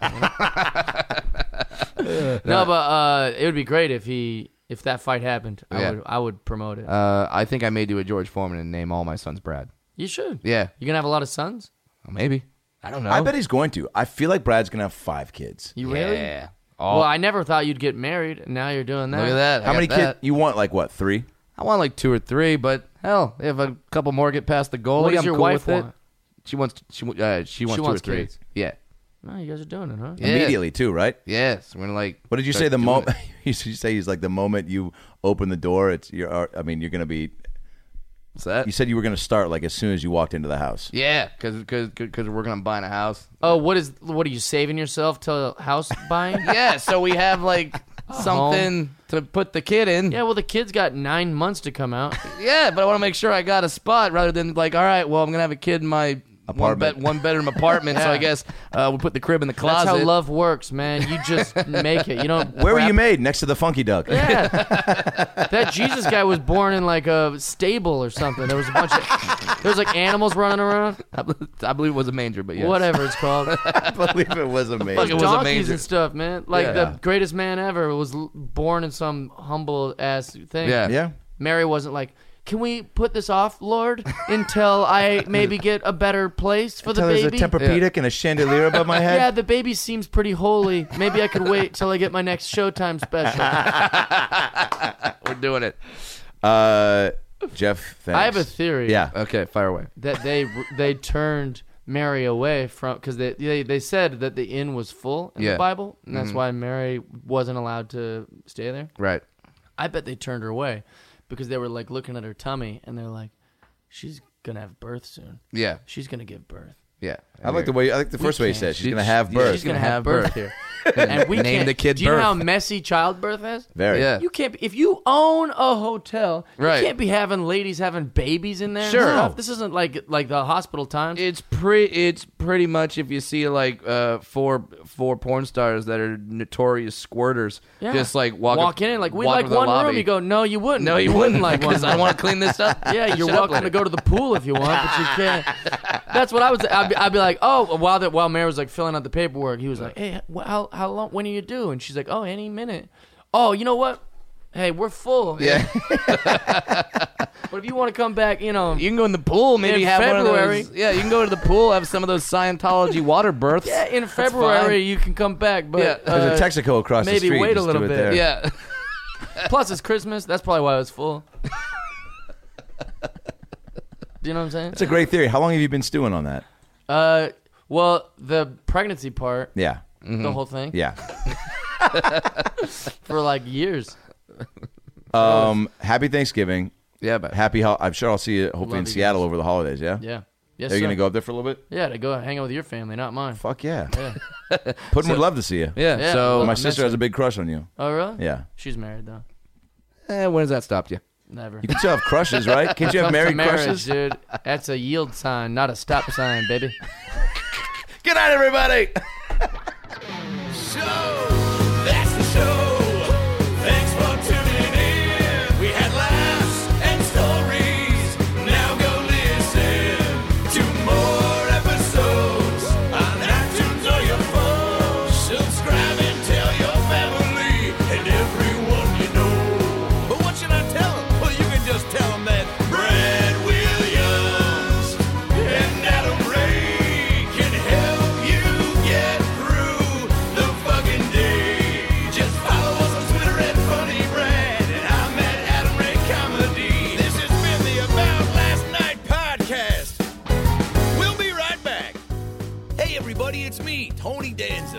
you know? no, but uh, it would be great if he if that fight happened.
Yeah.
I would I would promote it.
Uh, I think I may do a George Foreman and name all my sons Brad.
you should.
Yeah,
You're gonna have a lot of sons.
maybe. I don't know.
I bet he's going to. I feel like Brad's gonna have five kids.
You really?
Yeah. All,
Well, I never thought you'd get married, and now you're doing that.
look at that.
How many
kids?
kids you want? Like what? Three?
I want like two or three, but hell, if a couple more get past the goalie,
What does
I'm
your
cool
wife
with it.
want?
She wants. She wa- uh, she wants two
wants
or three.
kids.
Yeah.
No, you guys are doing it, huh?
Yeah.
Immediately, too, right?
Yes. We're gonna, like.
What did you
start
say? The
doing
moment
it.
you say he's like the moment you open the door, it's you're. uh, I mean, you're gonna be.
What's that?
You said you were gonna start like as soon as you walked into the house.
Yeah, because because we're working on buying a house.
Oh, what is what are you saving yourself to house buying?
Yeah. So we have like something to put the kid in.
Yeah, well, the kid's got nine months to come out.
Yeah, but I want to make sure I got a spot rather than like, all right, well, I'm gonna have a kid in my
Apartment.
one, bed, one bedroom apartment. So I guess uh, we put the crib in the
That's
closet.
how love works, man. You just make it. You don't.
Where were
prep-
you made? Next to the Funky Duck.
Yeah. that Jesus guy was born in like a stable or something. There was a bunch of there was like animals running around.
I believe- I believe it was a manger, but yes.
Whatever it's called.
I believe it was
Fuck, it
amazing.
was a
Donkeys
manger.
and stuff, man. Like
Yeah.
the greatest man ever was l- born in some humble ass thing.
Yeah.
Yeah.
Mary wasn't like, "Can we put this off, Lord, until I maybe get a better place for the
Tell there's a
baby?"
Tempur-Pedic and a chandelier above my head.
yeah, the baby seems pretty holy. Maybe I could wait till I get my next Showtime special. I
We're doing it.
Uh, Jeff, thanks.
have a theory.
Yeah.
Okay, fire away.
that they they turned Mary away from because they, they they said that the inn was full in
Yeah.
the Bible, and that's why Mary wasn't allowed to stay there.
Right.
I bet they turned her away because they were like looking at her tummy and they're like, "She's gonna have birth soon.
Yeah.
She's gonna give birth."
Yeah.
I like the way. I like the first way he
can't.
said. it. She's
She-
gonna have
yeah,
birth.
She's gonna have birth here, and we
Name
can't,
the kid
Do you know how
birth.
messy childbirth is?
Very.
Yeah.
You can't. Be, if you own a hotel,
Right.
you can't be having ladies having babies in there.
Sure.
and stuff. This isn't like like the hospital times.
It's pretty. It's pretty much if you see like uh, four four porn stars that are notorious squirters,
Yeah.
just like walk, up-
in and like we
walk
like
up to the
one
lobby.
room. You go, no, you wouldn't.
No, you wouldn't like
like one.
because I
room."
want to clean this up.
Yeah,
Shut up
you're welcome
later.
to go to the pool if you want, but you can't. That's what I was. I'd be, I'd be like, oh, while the, while Mayor was like filling out the paperwork, he was like, hey, wh- how how long? When are you due? And she's like, oh, any minute. Oh, you know what? Hey, we're full. Yeah. but if you want to come back, you know,
You can go in the pool, maybe
In
have one
February.
of those. Yeah, you can go to the pool, have some of those Scientology water births.
yeah, in
That's
February you can come back, but.
Yeah.
uh,
There's a Texaco across the
maybe
street.
wait a
Just do
little
it
bit.
there.
fine. Yeah,
Plus, it's Christmas. That's probably why it was full. Do you know what I'm saying?
It's a great theory. How long have you been stewing on that?
Uh, well, the pregnancy part,
Yeah.
Mm-hmm.
the whole thing,
Yeah.
for like years.
Um. Happy Thanksgiving.
yeah, but
Happy. Ho- I'm sure I'll see you hopefully
Love
in
you
Seattle over the holidays. Yeah.
Yeah. Yes,
Are you
sir.
going to go up there for a little bit?
Yeah, to go hang out with your family, not mine.
Fuck yeah. Putin would love to see you.
Yeah.
Yeah,
so,
well,
My
I
sister
miss
has a big crush on you.
her. Oh, really?
Yeah.
She's married though.
eh, when has that stopped you?
Never.
You can still have crushes, right? Can't you have
Comes to
married
marriage,
crushes?
dude. That's a yield sign, not a stop sign, baby.
Good night, everybody.
So that's the show. Thanks for tuning in. We had laughs and stories. Now go listen to more episodes on iTunes or your phone. Subscribe and tell your family and everyone you know. But what should I tell them? Well, you can just tell them that Brad Williams and Adam Ray can help you get through the fucking day. Just follow us on Twitter at Funny Brad, and I'm at Adam Ray Comedy. This has been the About Last Night podcast. We'll be right back. Hey, everybody, it's me, Tony Danza.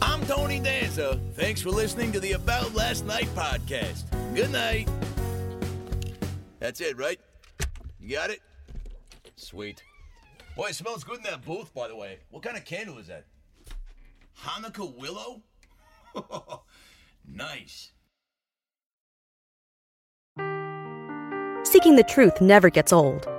I'm Tony Danza. Thanks for listening to the About Last Night podcast. Good night. That's it, right? You got it? Sweet. Boy, it smells good in that booth, by the way. What kind of candle is that? Hanukkah willow? nice.
Seeking the truth never gets old.